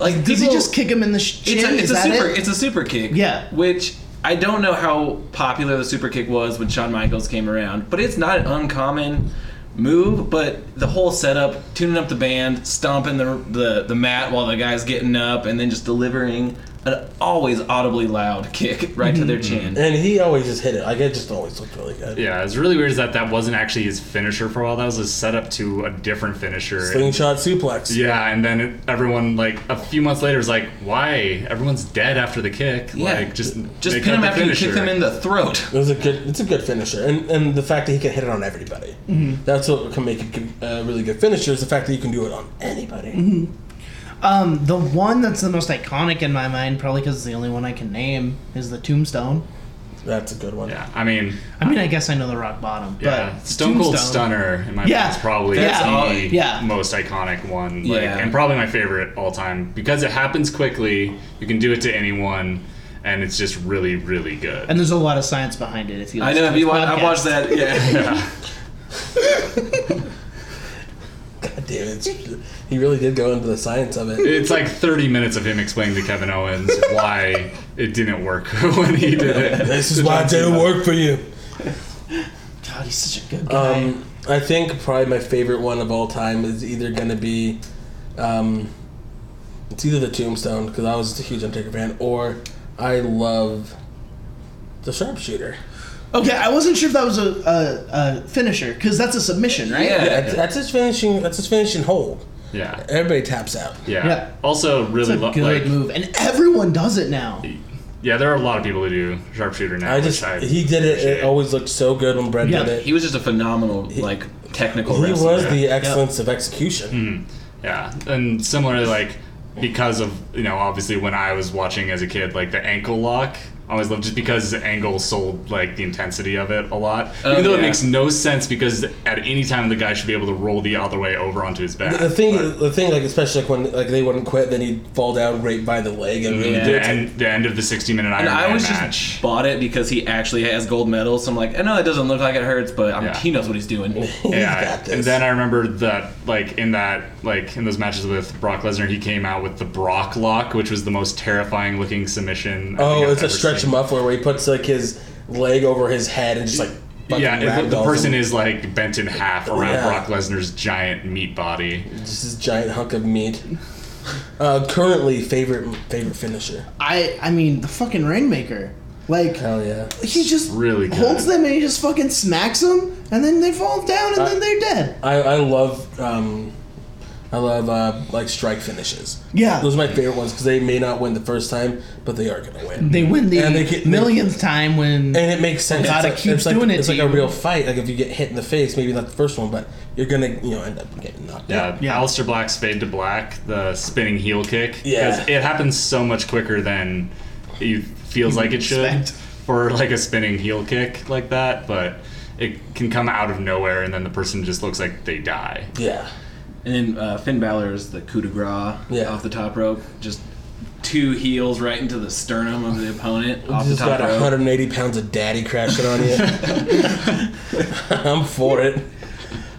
like Does he people- just kick him in the sh- chin? Is It's a, it's a that super. it? It's a super kick. Yeah. Which I don't know how popular the super kick was when Shawn Michaels came around, but it's not an uncommon move. But the whole setup, tuning up the band, stomping the the, the mat while the guy's getting up, and then just delivering an always audibly loud kick right to their Mm-hmm. chin. And he always just hit it. Like it just always looked really good. Yeah, it's really weird is that that wasn't actually his finisher for a while. That was his setup to a different finisher. Slingshot suplex. Yeah, and then it, everyone like a few months later is like, why? Everyone's dead after the kick. Yeah. Like just Just they pin cut him the after you finisher. kick them in the throat. It was a good. It's a good finisher, and and the fact that he can hit it on everybody. That's what can make it a really good finisher. Is the fact that you can do it on anybody. Um, the one that's the most iconic in my mind, probably because it's the only one I can name, is the Tombstone. That's a good one. Yeah, I mean, I mean, I guess I know the Rock Bottom, yeah, but Stone Cold Tombstone- Stunner in my Yeah, opinion, is probably that's the all- yeah. most iconic one, like, Oh, Yeah. and probably my favorite all time because it happens quickly. You can do it to anyone, and it's just really, really good. And there's a lot of science behind it. If you I listen know. to If you this watch, I podcast. watched that. Yeah. God damn it! It's- He really did go into the science of it. it's like 30 minutes of him explaining to Kevin Owens why it didn't work when he did it. This is why it didn't work for you. God, he's such a good guy. Um, I think probably my favorite one of all time is either gonna be, um, it's either the Tombstone because I was just a huge Undertaker fan, or I love the Sharpshooter. okay, I wasn't sure if that was a, a, a finisher because that's a submission, right? Yeah. That's, that's his finishing. That's his finishing hold. Yeah. Everybody taps out. Yeah. Yeah. Also, really It's lo- a good like move, and everyone does it now. yeah, there are a lot of people who do sharpshooter now. I which just he did it. It appreciate. always looked so good when Brett Yeah, did it. He was just a phenomenal, like technical He wrestler. was the excellence of Mm. execution. Yeah, and similarly, like because of you know obviously when I was watching as a kid, like the ankle lock, I always loved just because Angle sold like the intensity of it a lot, Oh, even though it yeah. makes no sense because at any time the guy should be able to roll the other way over onto his back. The thing, the thing, like especially like when like they wouldn't quit, then he'd fall down right by the leg and really Yeah. do the, it. end, the end of the sixty-minute Iron And I Man always match. just bought it because he actually has gold medals. So I'm like, I know that doesn't look like it hurts, but I'm, Yeah. Oh. he knows what he's doing. He's yeah, got this. and then I remember that, like in that, like in those matches with Brock Lesnar, he came out with the Brock Lock, which was the most terrifying looking submission. I think oh, I've it's a ever stretch seen. muffler where he puts like his leg over his head and just like fucking Yeah, it- the, ragdolls person him. is like bent in half around Yeah. Brock Lesnar's giant meat body. just this giant hunk of meat. Uh, currently, favorite favorite finisher. I, I mean, the fucking Rainmaker, like. Hell yeah. He just Really good. holds them and he just fucking smacks them, and then they fall down and I- then they're dead. I, I love um, I love uh, like strike finishes. Yeah. those are my favorite ones because they may not win the first time, but they are gonna win. They win the And they get- millionth time when and it makes sense. God, it's it like, keeps it's like, doing it It's to like a you. real fight. Like if you get hit in the face, maybe not the first one, but you're gonna you know end up getting knocked out. Yeah, Yeah. Alistair Black's fade to black, the spinning heel kick. 'cause Yeah. it happens so much quicker than it feels like it should expect. for like a spinning heel kick like that, but it can come out of nowhere and then the person just looks like they die. Yeah, And then uh, Finn Balor's the coup de grace Yeah. off the top rope, just two heels right into the sternum of the opponent off you the just top got rope. 180 pounds of daddy crashing on you. I'm for it.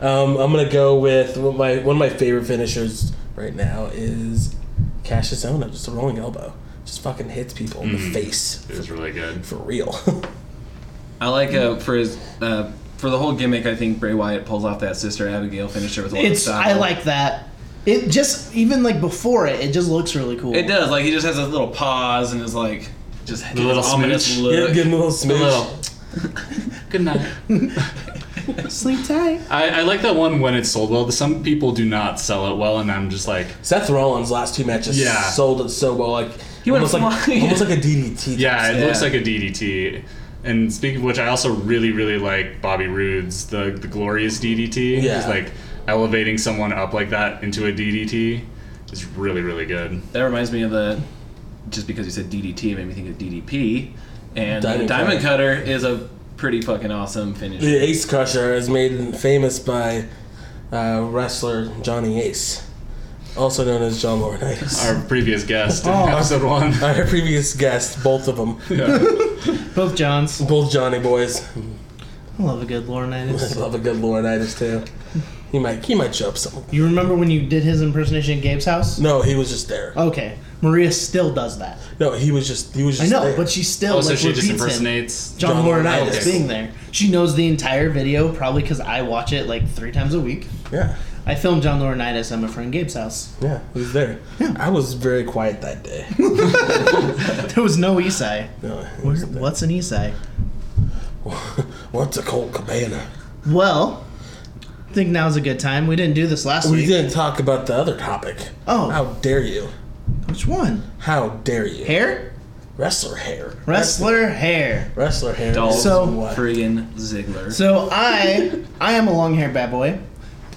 Um, I'm gonna go with one of my one of my favorite finishers right now is Cassius Ohno, just a rolling elbow, just fucking hits people in the face It was really good. for real. I like uh, for his uh, for the whole gimmick. I think Bray Wyatt pulls off that Sister Abigail finisher with a lot of it's. style. I like that. It just even like before it, it just looks really cool. It does. Like he just has a little pause and is like just The little ominous Give look. smooch. give him a little smooch. little- Good night. Sleep tight. I, I like that one when it's sold well. Some people do not sell it well, and I'm just like, Seth Rollins' last two matches Yeah. sold it so well, like He went almost like flying. almost like a DDT. Yeah, it Yeah. looks like a DDT. And speaking of which, I also really, really like Bobby Roode's the the glorious DDT. Yeah. Just like elevating someone up like that into a DDT is really, really good. That reminds me of the. Just because you said DDT, it made me think of DDP, and Diamond the Diamond Cutter. is a pretty fucking awesome finisher. The Ace Crusher is made famous by uh, wrestler Johnny Ace, also known as John Laurinaitis. Our previous guest in Oh. episode one. Our previous guest, both of them, Yeah. Both Johns. both Johnny boys. I love a good Laurinaitis. I love a good Laurinaitis too. He might he might show up somewhere. you remember when you did his impersonation at Gabe's house? No, he was just there. Okay, Maria still does that. No, he was just he was I just. know, there. but she still Oh, like so she repeats just him. impersonates. John, John Laurinaitis Laurinaitis. being there. She knows the entire video probably because I watch it like three times a week. yeah, I filmed John Laurinaitis at my friend Gabe's house. yeah, he was there. I was very quiet that day. There was no Isai. No, he was Where's- What's an Isai? What's a cold cabana? Well, I think now's a good time. We didn't do this last We week. didn't talk about the other topic. Oh. how dare you? Which one? How dare you? Hair? Wrestler hair. Wrestler hair. Wrestler hair. Dolph is So- what? friggin' Ziggler. So I I am a long hair bad boy.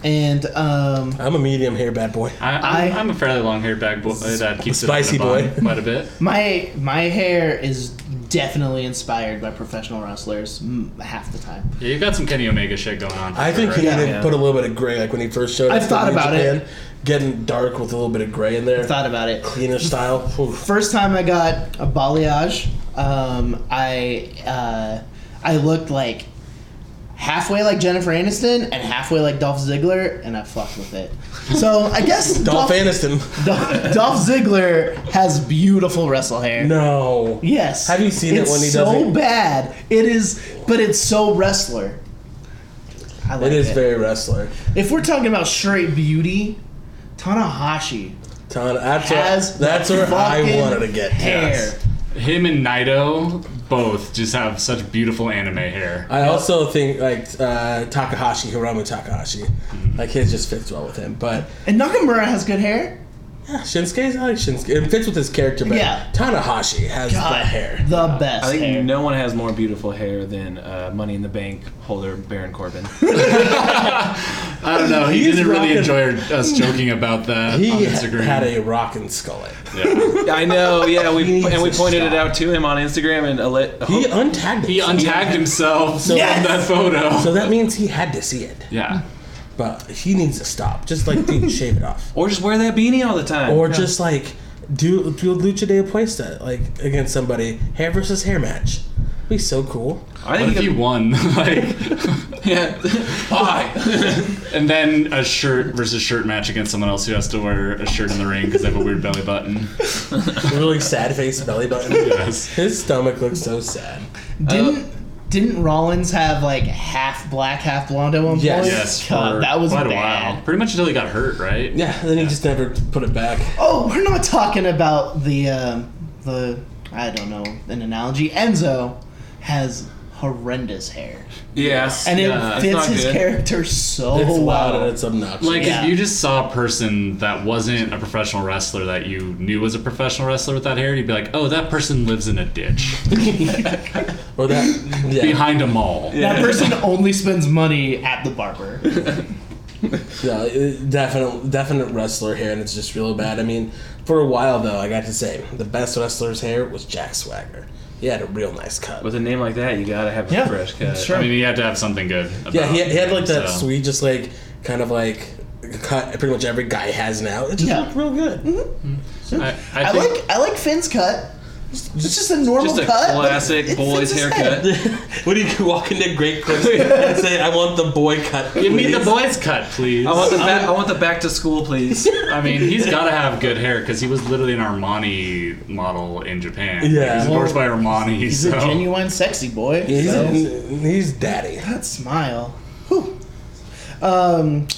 And um I'm a medium hair bad boy. I, I'm, I- I'm a fairly long haired bag boy uh, that keeps Spicy it on the boy. bun quite a bit. my my hair is definitely inspired by professional wrestlers mm, half the time. Yeah, you got some Kenny Omega shit going on. for I sure, think right? he Yeah. needed Yeah. to put a little bit of gray, like when he first showed. I've up to thought New about it. Getting dark with a little bit of gray in there. I thought about it. Cleaner style. Oof. First time I got a balayage, um, I uh, I looked like halfway like Jennifer Aniston and halfway like Dolph Ziggler, and I fucked with it. So I guess Dolph Aniston. Dolph, Dolph Ziggler has beautiful wrestle hair. No. Yes. Have you seen it it's when he does so it? bad. It is, but it's so wrestler. I like It is very wrestler. If we're talking about straight beauty, Tanahashi Ton, that's has what, that's where I fucking wanted to get. to. hair. Yes. Him and Naito both just have such beautiful anime hair. I also think like uh, Takahashi, Hiromu Takahashi, Mm-hmm. like his just fits well with him. But And Nakamura has good hair. yeah, Shinsuke, I like Shinsuke. It fits with his character. But Yeah. Tanahashi has the hair. The best. I think hair. no one has more beautiful hair than uh, Money in the Bank holder Baron Corbin. I don't know. He He's didn't rocking- really enjoy us joking about that He on Instagram. had a rockin' skull. Yeah. I know, yeah, we needs and we a pointed shot. it out to him on Instagram and a lit. He Oh. untagged it. He untagged himself from Yes! that photo. So that means he had to see it. yeah. But he needs to stop. Just like dude, shave it off. oh, or just wear that beanie all the time. Or just like do do a lucha de apuesta like against somebody hair versus hair match. Be so cool. I What think if he you won? like, yeah. Why? and then a shirt versus shirt match against someone else who has to wear a shirt in the ring because they have a weird belly button. Really sad face belly button. Yes. His stomach looks so sad. uh, didn't didn't Rollins have like half black, half blonde at one Yes. point? Yes. God, for that was quite bad. a while. Pretty much until he got hurt, right? Yeah, and then he just never put it back. Oh, we're not talking about the um, the I don't know an analogy. Enzo has horrendous hair, Yes. and it Yeah, it's fits not his good. character so It's loud well. and it's obnoxious. Like Yeah. if you just saw a person that wasn't a professional wrestler that you knew was a professional wrestler with that hair, you'd be like, "Oh, that person lives in a ditch or that yeah. behind a mall." that person only spends money at the barber. Yeah, it- definite, definite wrestler hair, and it's just real bad. I mean, for a while though, I got to say the best wrestler's hair was Jack Swagger. He had a real nice cut. With a name like that, you gotta have a Yeah, fresh cut. sure. I mean, you had to have something good. About yeah, he, he had like that so. sweet, just like kind of like cut. Pretty much every guy has now. It just Yeah. looked real good. I, I I think like I like Finn's cut. It's just a normal Just a cut. but it classic fits boy's his head. haircut. what do you walk into Great Clips and say, "I want the boy cut"? give me the please?" boys cut, please. I want the back. I want the back to school, please. I mean, he's got to have good hair because he was literally an Armani model in Japan. Yeah. he was endorsed by Armani. He's so. a genuine sexy boy. Yeah, He's, so- he's daddy. That smile. Whew. Um,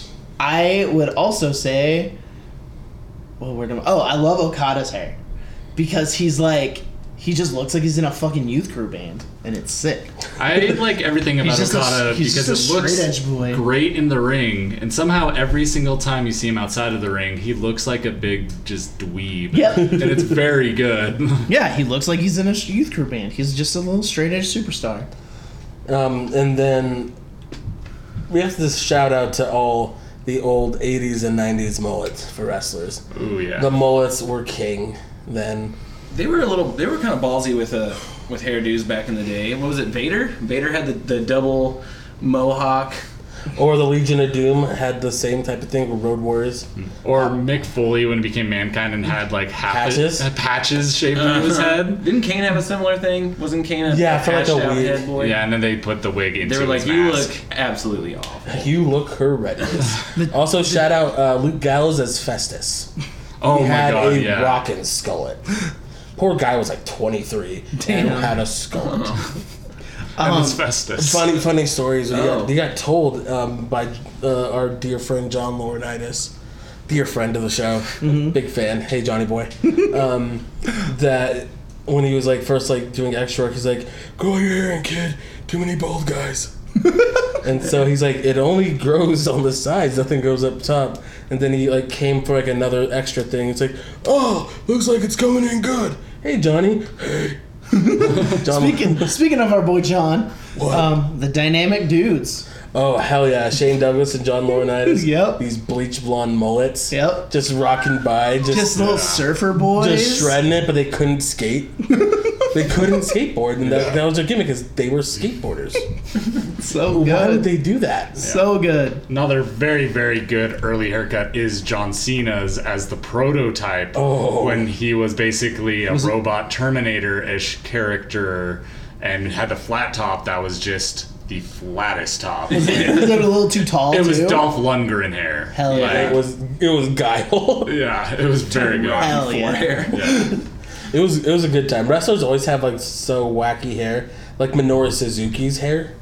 I would also say, well, where do I, oh, I love Okada's hair because he's like he just looks like he's in a fucking youth crew band, and it's sick. I like everything about just a- Okada he's because just it a looks straight-edge boy. great in the ring, and somehow every single time you see him outside of the ring, he looks like a big just dweeb. Yep. and it's very good. Yeah, he looks like he's in a sh- youth crew band. He's just a little straight edge superstar. Um, and then we have to shout out to all the old '80s and '90s mullets for wrestlers. Ooh yeah. The mullets were king then. They were a little. They were kind of ballsy with uh with hairdos back in the day. What was it? Vader. Vader had the, the double mohawk. Or the Legion of Doom had the same type of thing with Road Warriors. Or Mick Foley when he became mankind and had like half Patches? uh, patches shaved into his Uh-huh. head. Didn't Kane have a similar thing? Wasn't Kane a Yeah, for like a patched out week. head boy? Yeah, and then they put the wig into They were like, his you mask. look absolutely awful. You look horrendous. also, shout out uh, Luke Gallows as Festus. oh He my had god, a yeah. rockin' skullet. Poor guy was like 23 and had a skullet. And Um, it's Festus. funny, funny stories. We Oh. got, they got told um, by uh, our dear friend John Laurinaitis, dear friend of the show, big fan. Hey, Johnny boy. um, that when he was like first like doing extra work, he's like, "Grow your hair in, kid. Too many bald guys." and so he's like, "It only grows on the sides. Nothing goes up top." And then he like came for like another extra thing. It's like, "Oh, looks like it's coming in good." Hey, Johnny. Hey. John, Speaking speaking of our boy John, um, the dynamic dudes. Oh hell yeah, Shane Douglas and John Laurinaitis. Yep. These bleach blonde mullets. Yep. Just rocking by, just Just just, little surfer boys. shredding it, but they couldn't skate. they couldn't skateboard, and that, that was their gimmick because they were skateboarders. So Why would good. they do that? so good. Another very, very good early haircut is John Cena's as the prototype Oh. when he was basically a robot Terminator ish character and had the flat top that was just the flattest top. it They're a little too tall. was too. Dolph Lundgren hair. Hell yeah. Like, It was it was guile. yeah, it was very good. Hell yeah. Yeah. it was it was a good time. Wrestlers always have like so wacky hair, like Minoru Suzuki's hair.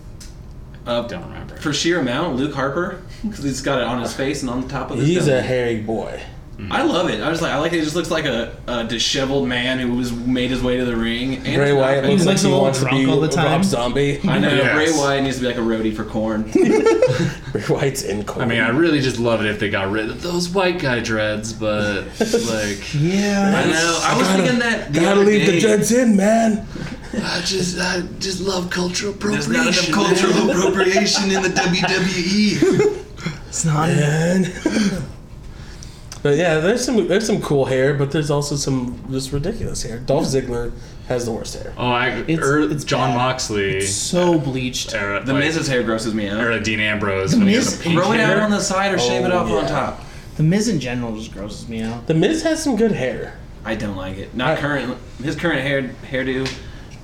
Uh, Don't remember. for sheer amount, Luke Harper, because he's got it on his face and on the top of his He's a dome. hairy boy. I love it. I was like, I like it. He just looks like a, a disheveled man who was made his way to the ring. And Bray Wyatt looks He's like like a he little wants to drunk be all the time. Rob Zombie. I know Yes. Bray Wyatt needs to be like a roadie for corn. Bray Wyatt's in court. I mean, I really just love it if they got rid of those white guy dreads, but like, Yeah. I know. I was Gotta- thinking that. The gotta other leave day. the dreads in, man. I just, I just love cultural There's not enough appropriation. cultural appropriation in the WWE. It's not. And but yeah, there's some there's some cool hair, but there's also some just ridiculous hair. Dolph Ziggler has the worst hair. Oh, I, er, it's John bad. Moxley So bleached. era, The like, Miz's hair grosses me out. era Dean Ambrose when he had Miz- the pink Grow it out hair. on the side or shave it Oh, off on yeah. top. The Miz in general just grosses me out. The Miz has some good hair, I don't like it. Not I- current. His current hair hairdo.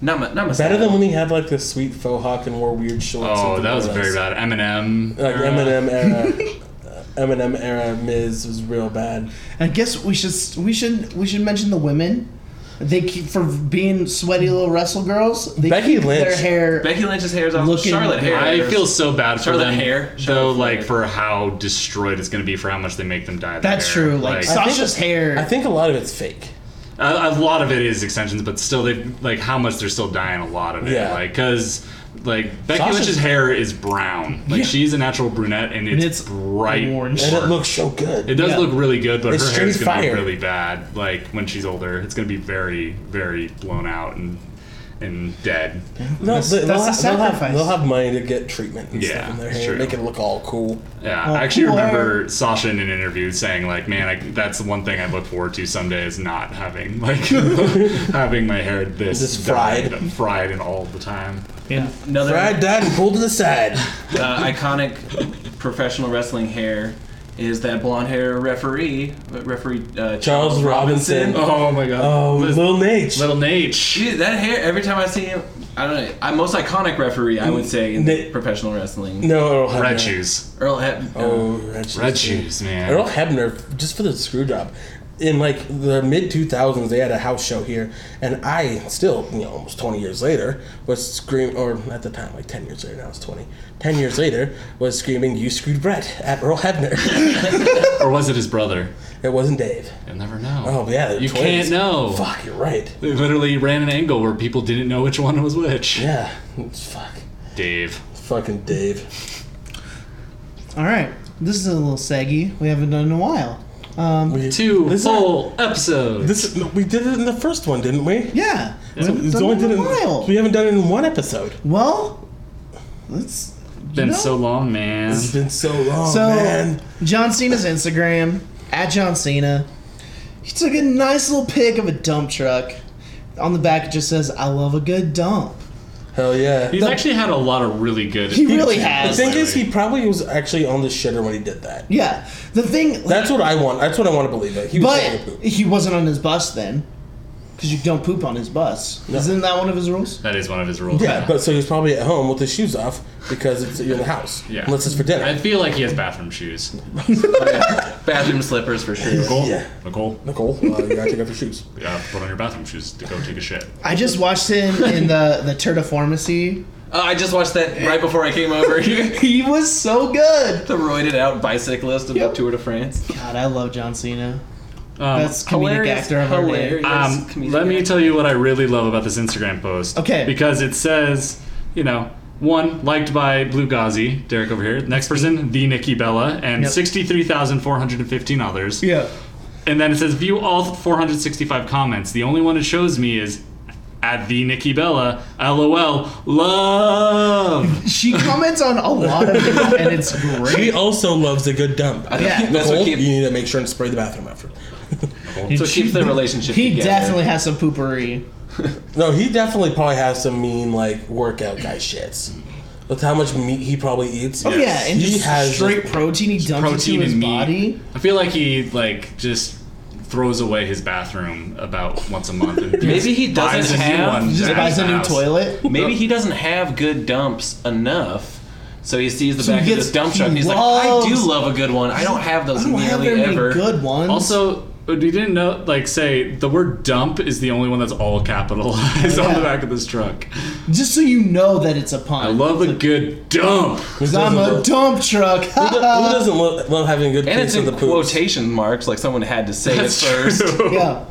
Not my. Not my. better style. than when he had like the sweet faux hawk and wore weird shorts. Oh, and that was fedoras. very bad. Eminem. Like era. Eminem era, uh, Eminem era Miz was real bad. I guess we should we should we should mention the women. They keep for being sweaty little wrestle girls. They Becky keep their Lynch. hair. Becky Lynch's hair's off. Looking- Charlotte hair. I feel so bad for Charlotte them, Hair. though. Charlotte Like Flair. for how destroyed it's going to be for how much they make them dye. their That's hair. true. Like, a, Sasha's hair. I think a lot of it's fake. a lot of it is extensions, but still, they like how much they're still dyeing a lot of it. Yeah. Like because like Becky Sasha's- Lynch's hair is brown. Like she's a natural brunette, and it's, it's bright orange. And it dark. looks so good. It does Yeah. look really good, but It's her hair is straight going to be fire. really bad. Like when she's older, it's going to be very, very blown out and and dead. no, That's- they- that's they'll, a ha- they'll sacrifice. have, they'll have money to get treatment and Yeah, stuff in their it's hair, true. make it look all cool. Yeah, Well, I actually cool remember hair. Sasha in an interview saying like, "Man, I, that's the one thing I look forward to someday is not having like having my hair this Just fried. dyed, fried and all the time." yeah. Another Brad died and pulled to the side. uh, iconic professional wrestling hair is that blonde hair referee, uh, referee uh, Charles Robinson. Oh my god! Oh, Lil Nate. little Nate. Dude, that hair. Every time I see him, I don't know. I, most iconic referee, I would say, in They- professional wrestling. No, Earl Hebner. Red shoes, Earl Hep. Oh, Red Shoes. red shoes, man. Earl Hebner, just for the screw job. In like the mid 2000s, they had a house show here, and I still, you know, almost 20 years later, was screaming, or at the time, like 10 years later, now it's 20. 10 years later, was screaming, You screwed Brett at Earl Hebner. or was it his brother? it wasn't Dave. You'll never know. Oh, yeah, they're you twins. can't know. Fuck, you're right. They literally ran an angle where people didn't know which one was which. Yeah, it's fuck. Dave. Fucking Dave. All right. This is a little saggy. We haven't done in a while. Um, We- Two this is- whole episodes. This is, we did it in the first one, didn't we? yeah. We haven't It's done only it in did a it, while. we haven't done it in one episode. Well, let's. been you know? so long, man. It's been so long, So, Oh, man. John Cena's Instagram at John Cena. He took a nice little pic of a dump truck. On the back, it just says, "I love a good dump." Hell yeah. He's actually had a lot of really good. He really the has. thing is, he probably was actually on the shitter when he did that. Yeah, the thing. That's what I want. That's what I want to believe. That he was but taking a poop. he wasn't on his bus then, because you don't poop on his bus. Isn't that one of his rules? That is one of his rules. Yeah, but so he was probably at home with his shoes off because it's, you're in the house. Yeah. Unless it's for dinner. I feel like he has bathroom shoes. Bathroom slippers for sure. Uh, Nicole? Yeah. Nicole? Nicole, uh, you gotta take off your shoes. Yeah, uh, put on your bathroom shoes to go take a shit. I just watched him in the the Turtiformacy. Oh, I just watched that right before I came over. the He was so good. roided out bicyclist of Yep. the Tour de France. God, I love John Cena. Um, Best comedic hilarious, actor of our day. hilarious. Um, Yes, comedian. let me tell you what I really love about this Instagram post. Okay. Because it says, you know, one liked by Blue Ghazi, Derek over here. Next person, the Nikki Bella, and Yep. sixty-three thousand four hundred and fifteen others. Yeah. And then it says view all four hundred sixty-five comments. The only one it shows me is at the Nikki Bella. LOL. Love. She comments on a lot of it, and it's He great. also loves a good dump. I think Yeah. that's Nicole, what you keeps, need to make sure and spray the bathroom after. so keeps the relationship He together. definitely has some poopery. No, he definitely probably has some mean like workout guy shits. With how much meat he probably eats. Oh yeah, and He just has- straight protein he dumps protein into his and meat. body. I feel like he like just throws away his bathroom about once a month. And Maybe he buys doesn't a new have- one He just at buys his a new house. toilet. Maybe he doesn't have good dumps enough. So he sees the So he back gets- of this dump he truck and he's loves- like, I do love a good one. I don't have those I don't have nearly very many ever. good ones. Also, uh, we didn't know, like, say the word "dump" is the only one that's all capitalized on the Yeah. back of this truck. just so you know that it's a pun. I love a good dump. Because I'm a dump truck. Who doesn't love, love having a good And it's taste of in the poops? quotation marks, like someone had to say it first. true. yeah,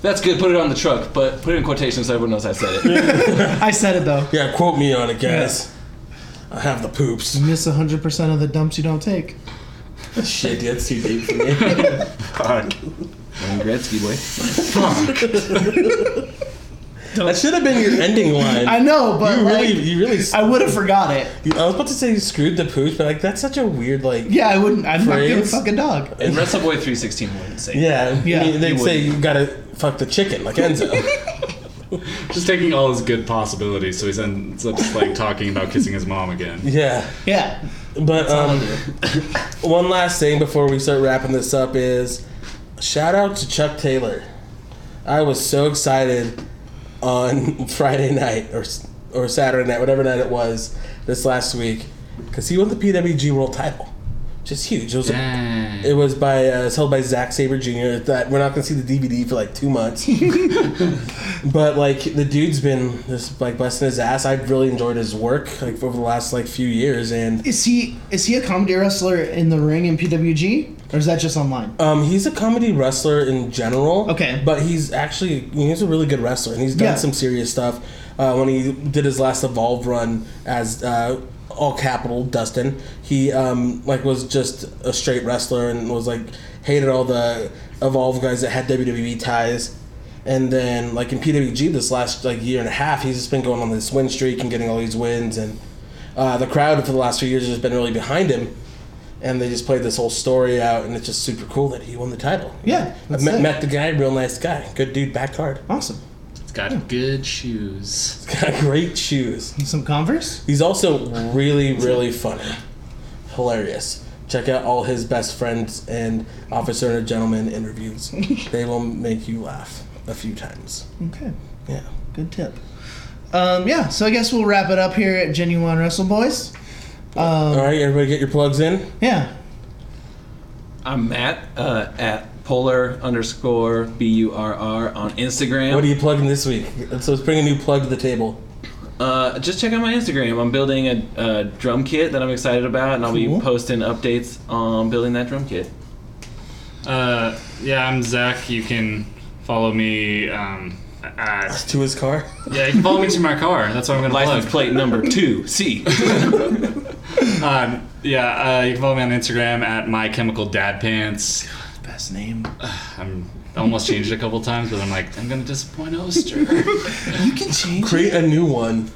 That's good, put it on the truck, but put it in quotations so everyone knows I said it. I said it though. Yeah, quote me on it, guys. I have the poops. Miss 100% of the dumps you don't take. Shit, dude, that's too deep for me. Fuck. Wayne Gretzky boy. that should have been your ending line. I know, but You really, like, you really. s- I, I would have forgot it. was about to say you screwed the pooch, but like that's such a weird like. Yeah, I wouldn't. I'm not gonna Phrase? fuck a dog. And WrestleBoy 316 wouldn't say it. Yeah, Yeah, I mean, they you say you gotta fuck the chicken like Enzo. Just taking all his good possibilities, so he ends up just, like talking about kissing his mom again. yeah, Yeah, but um, one last thing before we start wrapping this up is shout out to Chuck Taylor. I was so excited on Friday night or s- or Saturday night, whatever night it was, this last week, because he won the PWG World Title, which is huge. It was a It was by uh, it's held by Zack Saber Jr. That we're not gonna see the DVD for like two months. but like the dude's been just like busting his ass. I've really enjoyed his work like over the last like few years, and is he is he a comedy wrestler in the ring in PWG, or is that just online? um, he's a comedy wrestler in general. Okay. but he's actually he's a really good wrestler, and he's done Yeah. some serious stuff. Uh, when he did his last Evolve run as uh, all capital Dustin, he um, like was just a straight wrestler and was like hated all the Evolve guys that had WWE ties. And then like in PWG this last like year and a half, he's just been going on this win streak and getting all these wins, and uh, the crowd for the last few years has been really behind him. And they just played this whole story out, and it's just super cool that he won the title. Yeah, I that's met, it. met the guy, real nice guy, good dude, back hard. Awesome. It's got good shoes. Got great shoes. Some Converse. He's also really, really funny, hilarious. Check out all his best friends and officer and gentleman interviews. they will make you laugh a few times. Okay, Yeah. good tip. Um, yeah, so I guess we'll wrap it up here at Genuine Wrestle Boys. Um, All right, everybody, get your plugs in. yeah, I'm Matt uh, at polar underscore B U R R on Instagram. What are you plugging this week? So let's bring a new plug to the table. Uh, just check out my Instagram. I'm building a, a drum kit that I'm excited about, and I'll Cool. be posting updates on building that drum kit. Uh, yeah, I'm Zach. You can follow me. Um, at, To his car. yeah, you can follow me to my car. That's what I'm gonna License plug. plate number two C. Um, yeah, uh, you can follow me on Instagram at my chemical dad pants. best name. I'm I almost changed it a couple times, but I'm like, I'm gonna disappoint Oster. You can change. Create a new one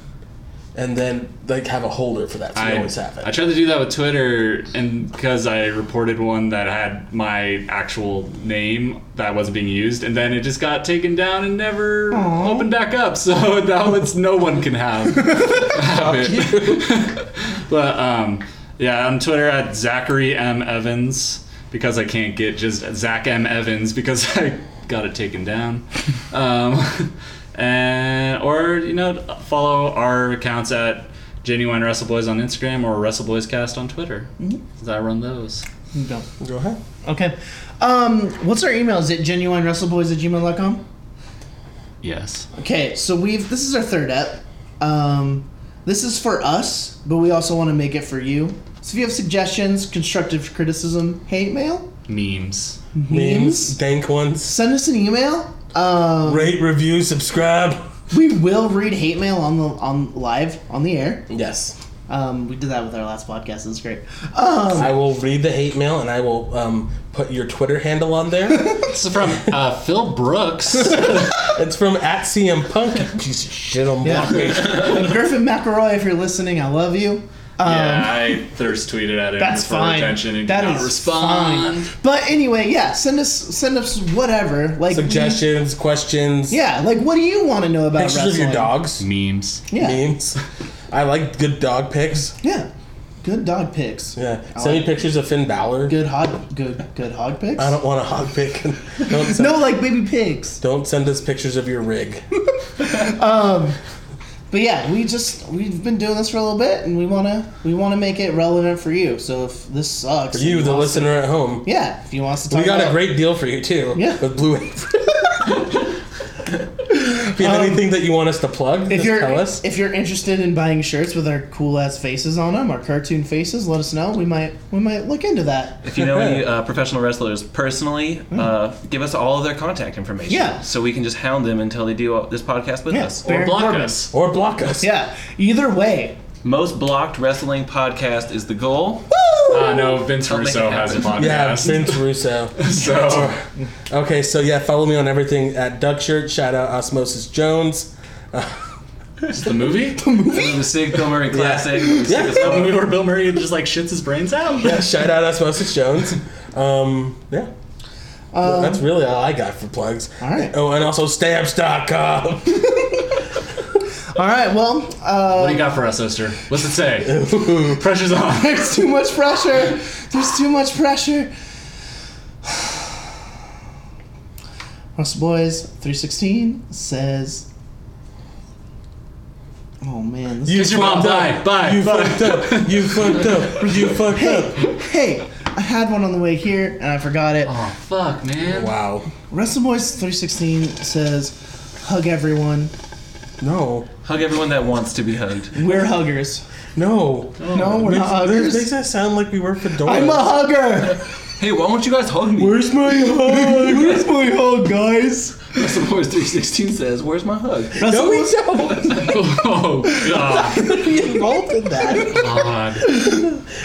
and then like have a holder for that. So you I, always have it. I tried to do that with Twitter, and because I reported one that had my actual name that wasn't being used, and then it just got taken down and never opened back up. So now it's no one can have, have it. but um, yeah, on Twitter at Zachary M Evans because I can't get just Zach M Evans because I got it taken down. Um, and or you know follow our accounts at genuine wrestle boys on instagram or wrestle boys cast on twitter Mm-hmm. 'Cause i run those Go. Go ahead. Okay. Um, what's our email? Is it genuinewrestleboys at gmail.com? yes Okay, so we've this is our third app. Um, this is for us, but we also want to make it for you. So if you have suggestions, constructive criticism, hate mail, memes Memes, dank ones. send us an email. Um, Rate, review, subscribe. we will read hate mail on the on live on the air. Yes, Um, we did that with our last podcast. It was great. Um, I will read the hate mail and I will um, put your Twitter handle on there. this is from uh, phil brooks it's from at CM Punk. you Piece of shit on Yeah. block me. and Griffin McElroy, if you're listening, I love you. Um, yeah i thirst tweeted at him That's for fine. attention and That did not is respond fine. But anyway, yeah, send us send us whatever. Like Suggestions, questions, Yeah, like what do you want to know about pictures wrestling? of your dogs, memes Yeah. memes. I like good dog pics. Yeah. Good dog pics. Yeah, I send me like- pictures of Finn Balor. Good hog good good hog pics. I don't want a hog pic. don't, send, No, like baby pigs. don't send us pictures of your rig. But yeah, we just we've been doing this for a little bit, and we wanna we wanna make it relevant for you. So if this sucks, For you, and the want- listener at home, yeah, if you want us to talk, we got about, a great deal for you too. Yeah. with Blue Apron. if you have anything that you want us to plug, Um, If just you're tell us. if you're interested in buying shirts with our cool ass faces on them, our cartoon faces, let us know. We might we might look into that. If you know any uh, professional wrestlers personally, uh, give us all of their contact information. Yeah. So we can just hound them until they do this podcast with Yeah, us. or Baron block Corbin. us or block us. Yeah. Either way, Most blocked wrestling podcast is the goal. uh, no vince Don't make russo it has a happen. podcast Yeah, Vince Russo. so Okay, so yeah, follow me on everything at Duckshirt. Shout out Osmosis Jones. it's the movie The Sig Bill Murray classic. the movie where bill murray just like shits his brains out Yeah, shout out Osmosis Jones. Um, yeah. Well, That's really all I got for plugs. Um, All right. Oh, and also stamps.com. all right. Well, uh, what do you got for us sister what's it say pressure's on There's too much pressure. There's too much pressure. Russell Boys 316 says. Oh man. This You Kiss your mom. fucked Bye. up. Bye. You Bye. fucked up. You fucked up. You fucked up. hey, I had one on the way here and I forgot it. oh fuck man Wow. Russell Boys 316 says, hug everyone. No. Hug everyone that wants to be hugged. We're huggers. No. No, we're not This makes huggers. us sound like we were fedora. I'm a hugger. Hey, why won't you guys hug me? Where's my hug? Where's my hug, guys? Wrestle Boys 316 says, Where's my hug? Russell no, we Boys don't. oh god, involved in that. god.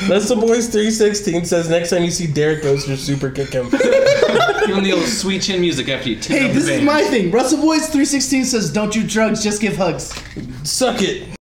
That's the boys. Three sixteen says next time you see Derek Oster, super kick him. Give him the old sweet chin music after you tip Hey, up this the is band. my thing. Russell Boys 316 says, don't do drugs, just give hugs. Suck it.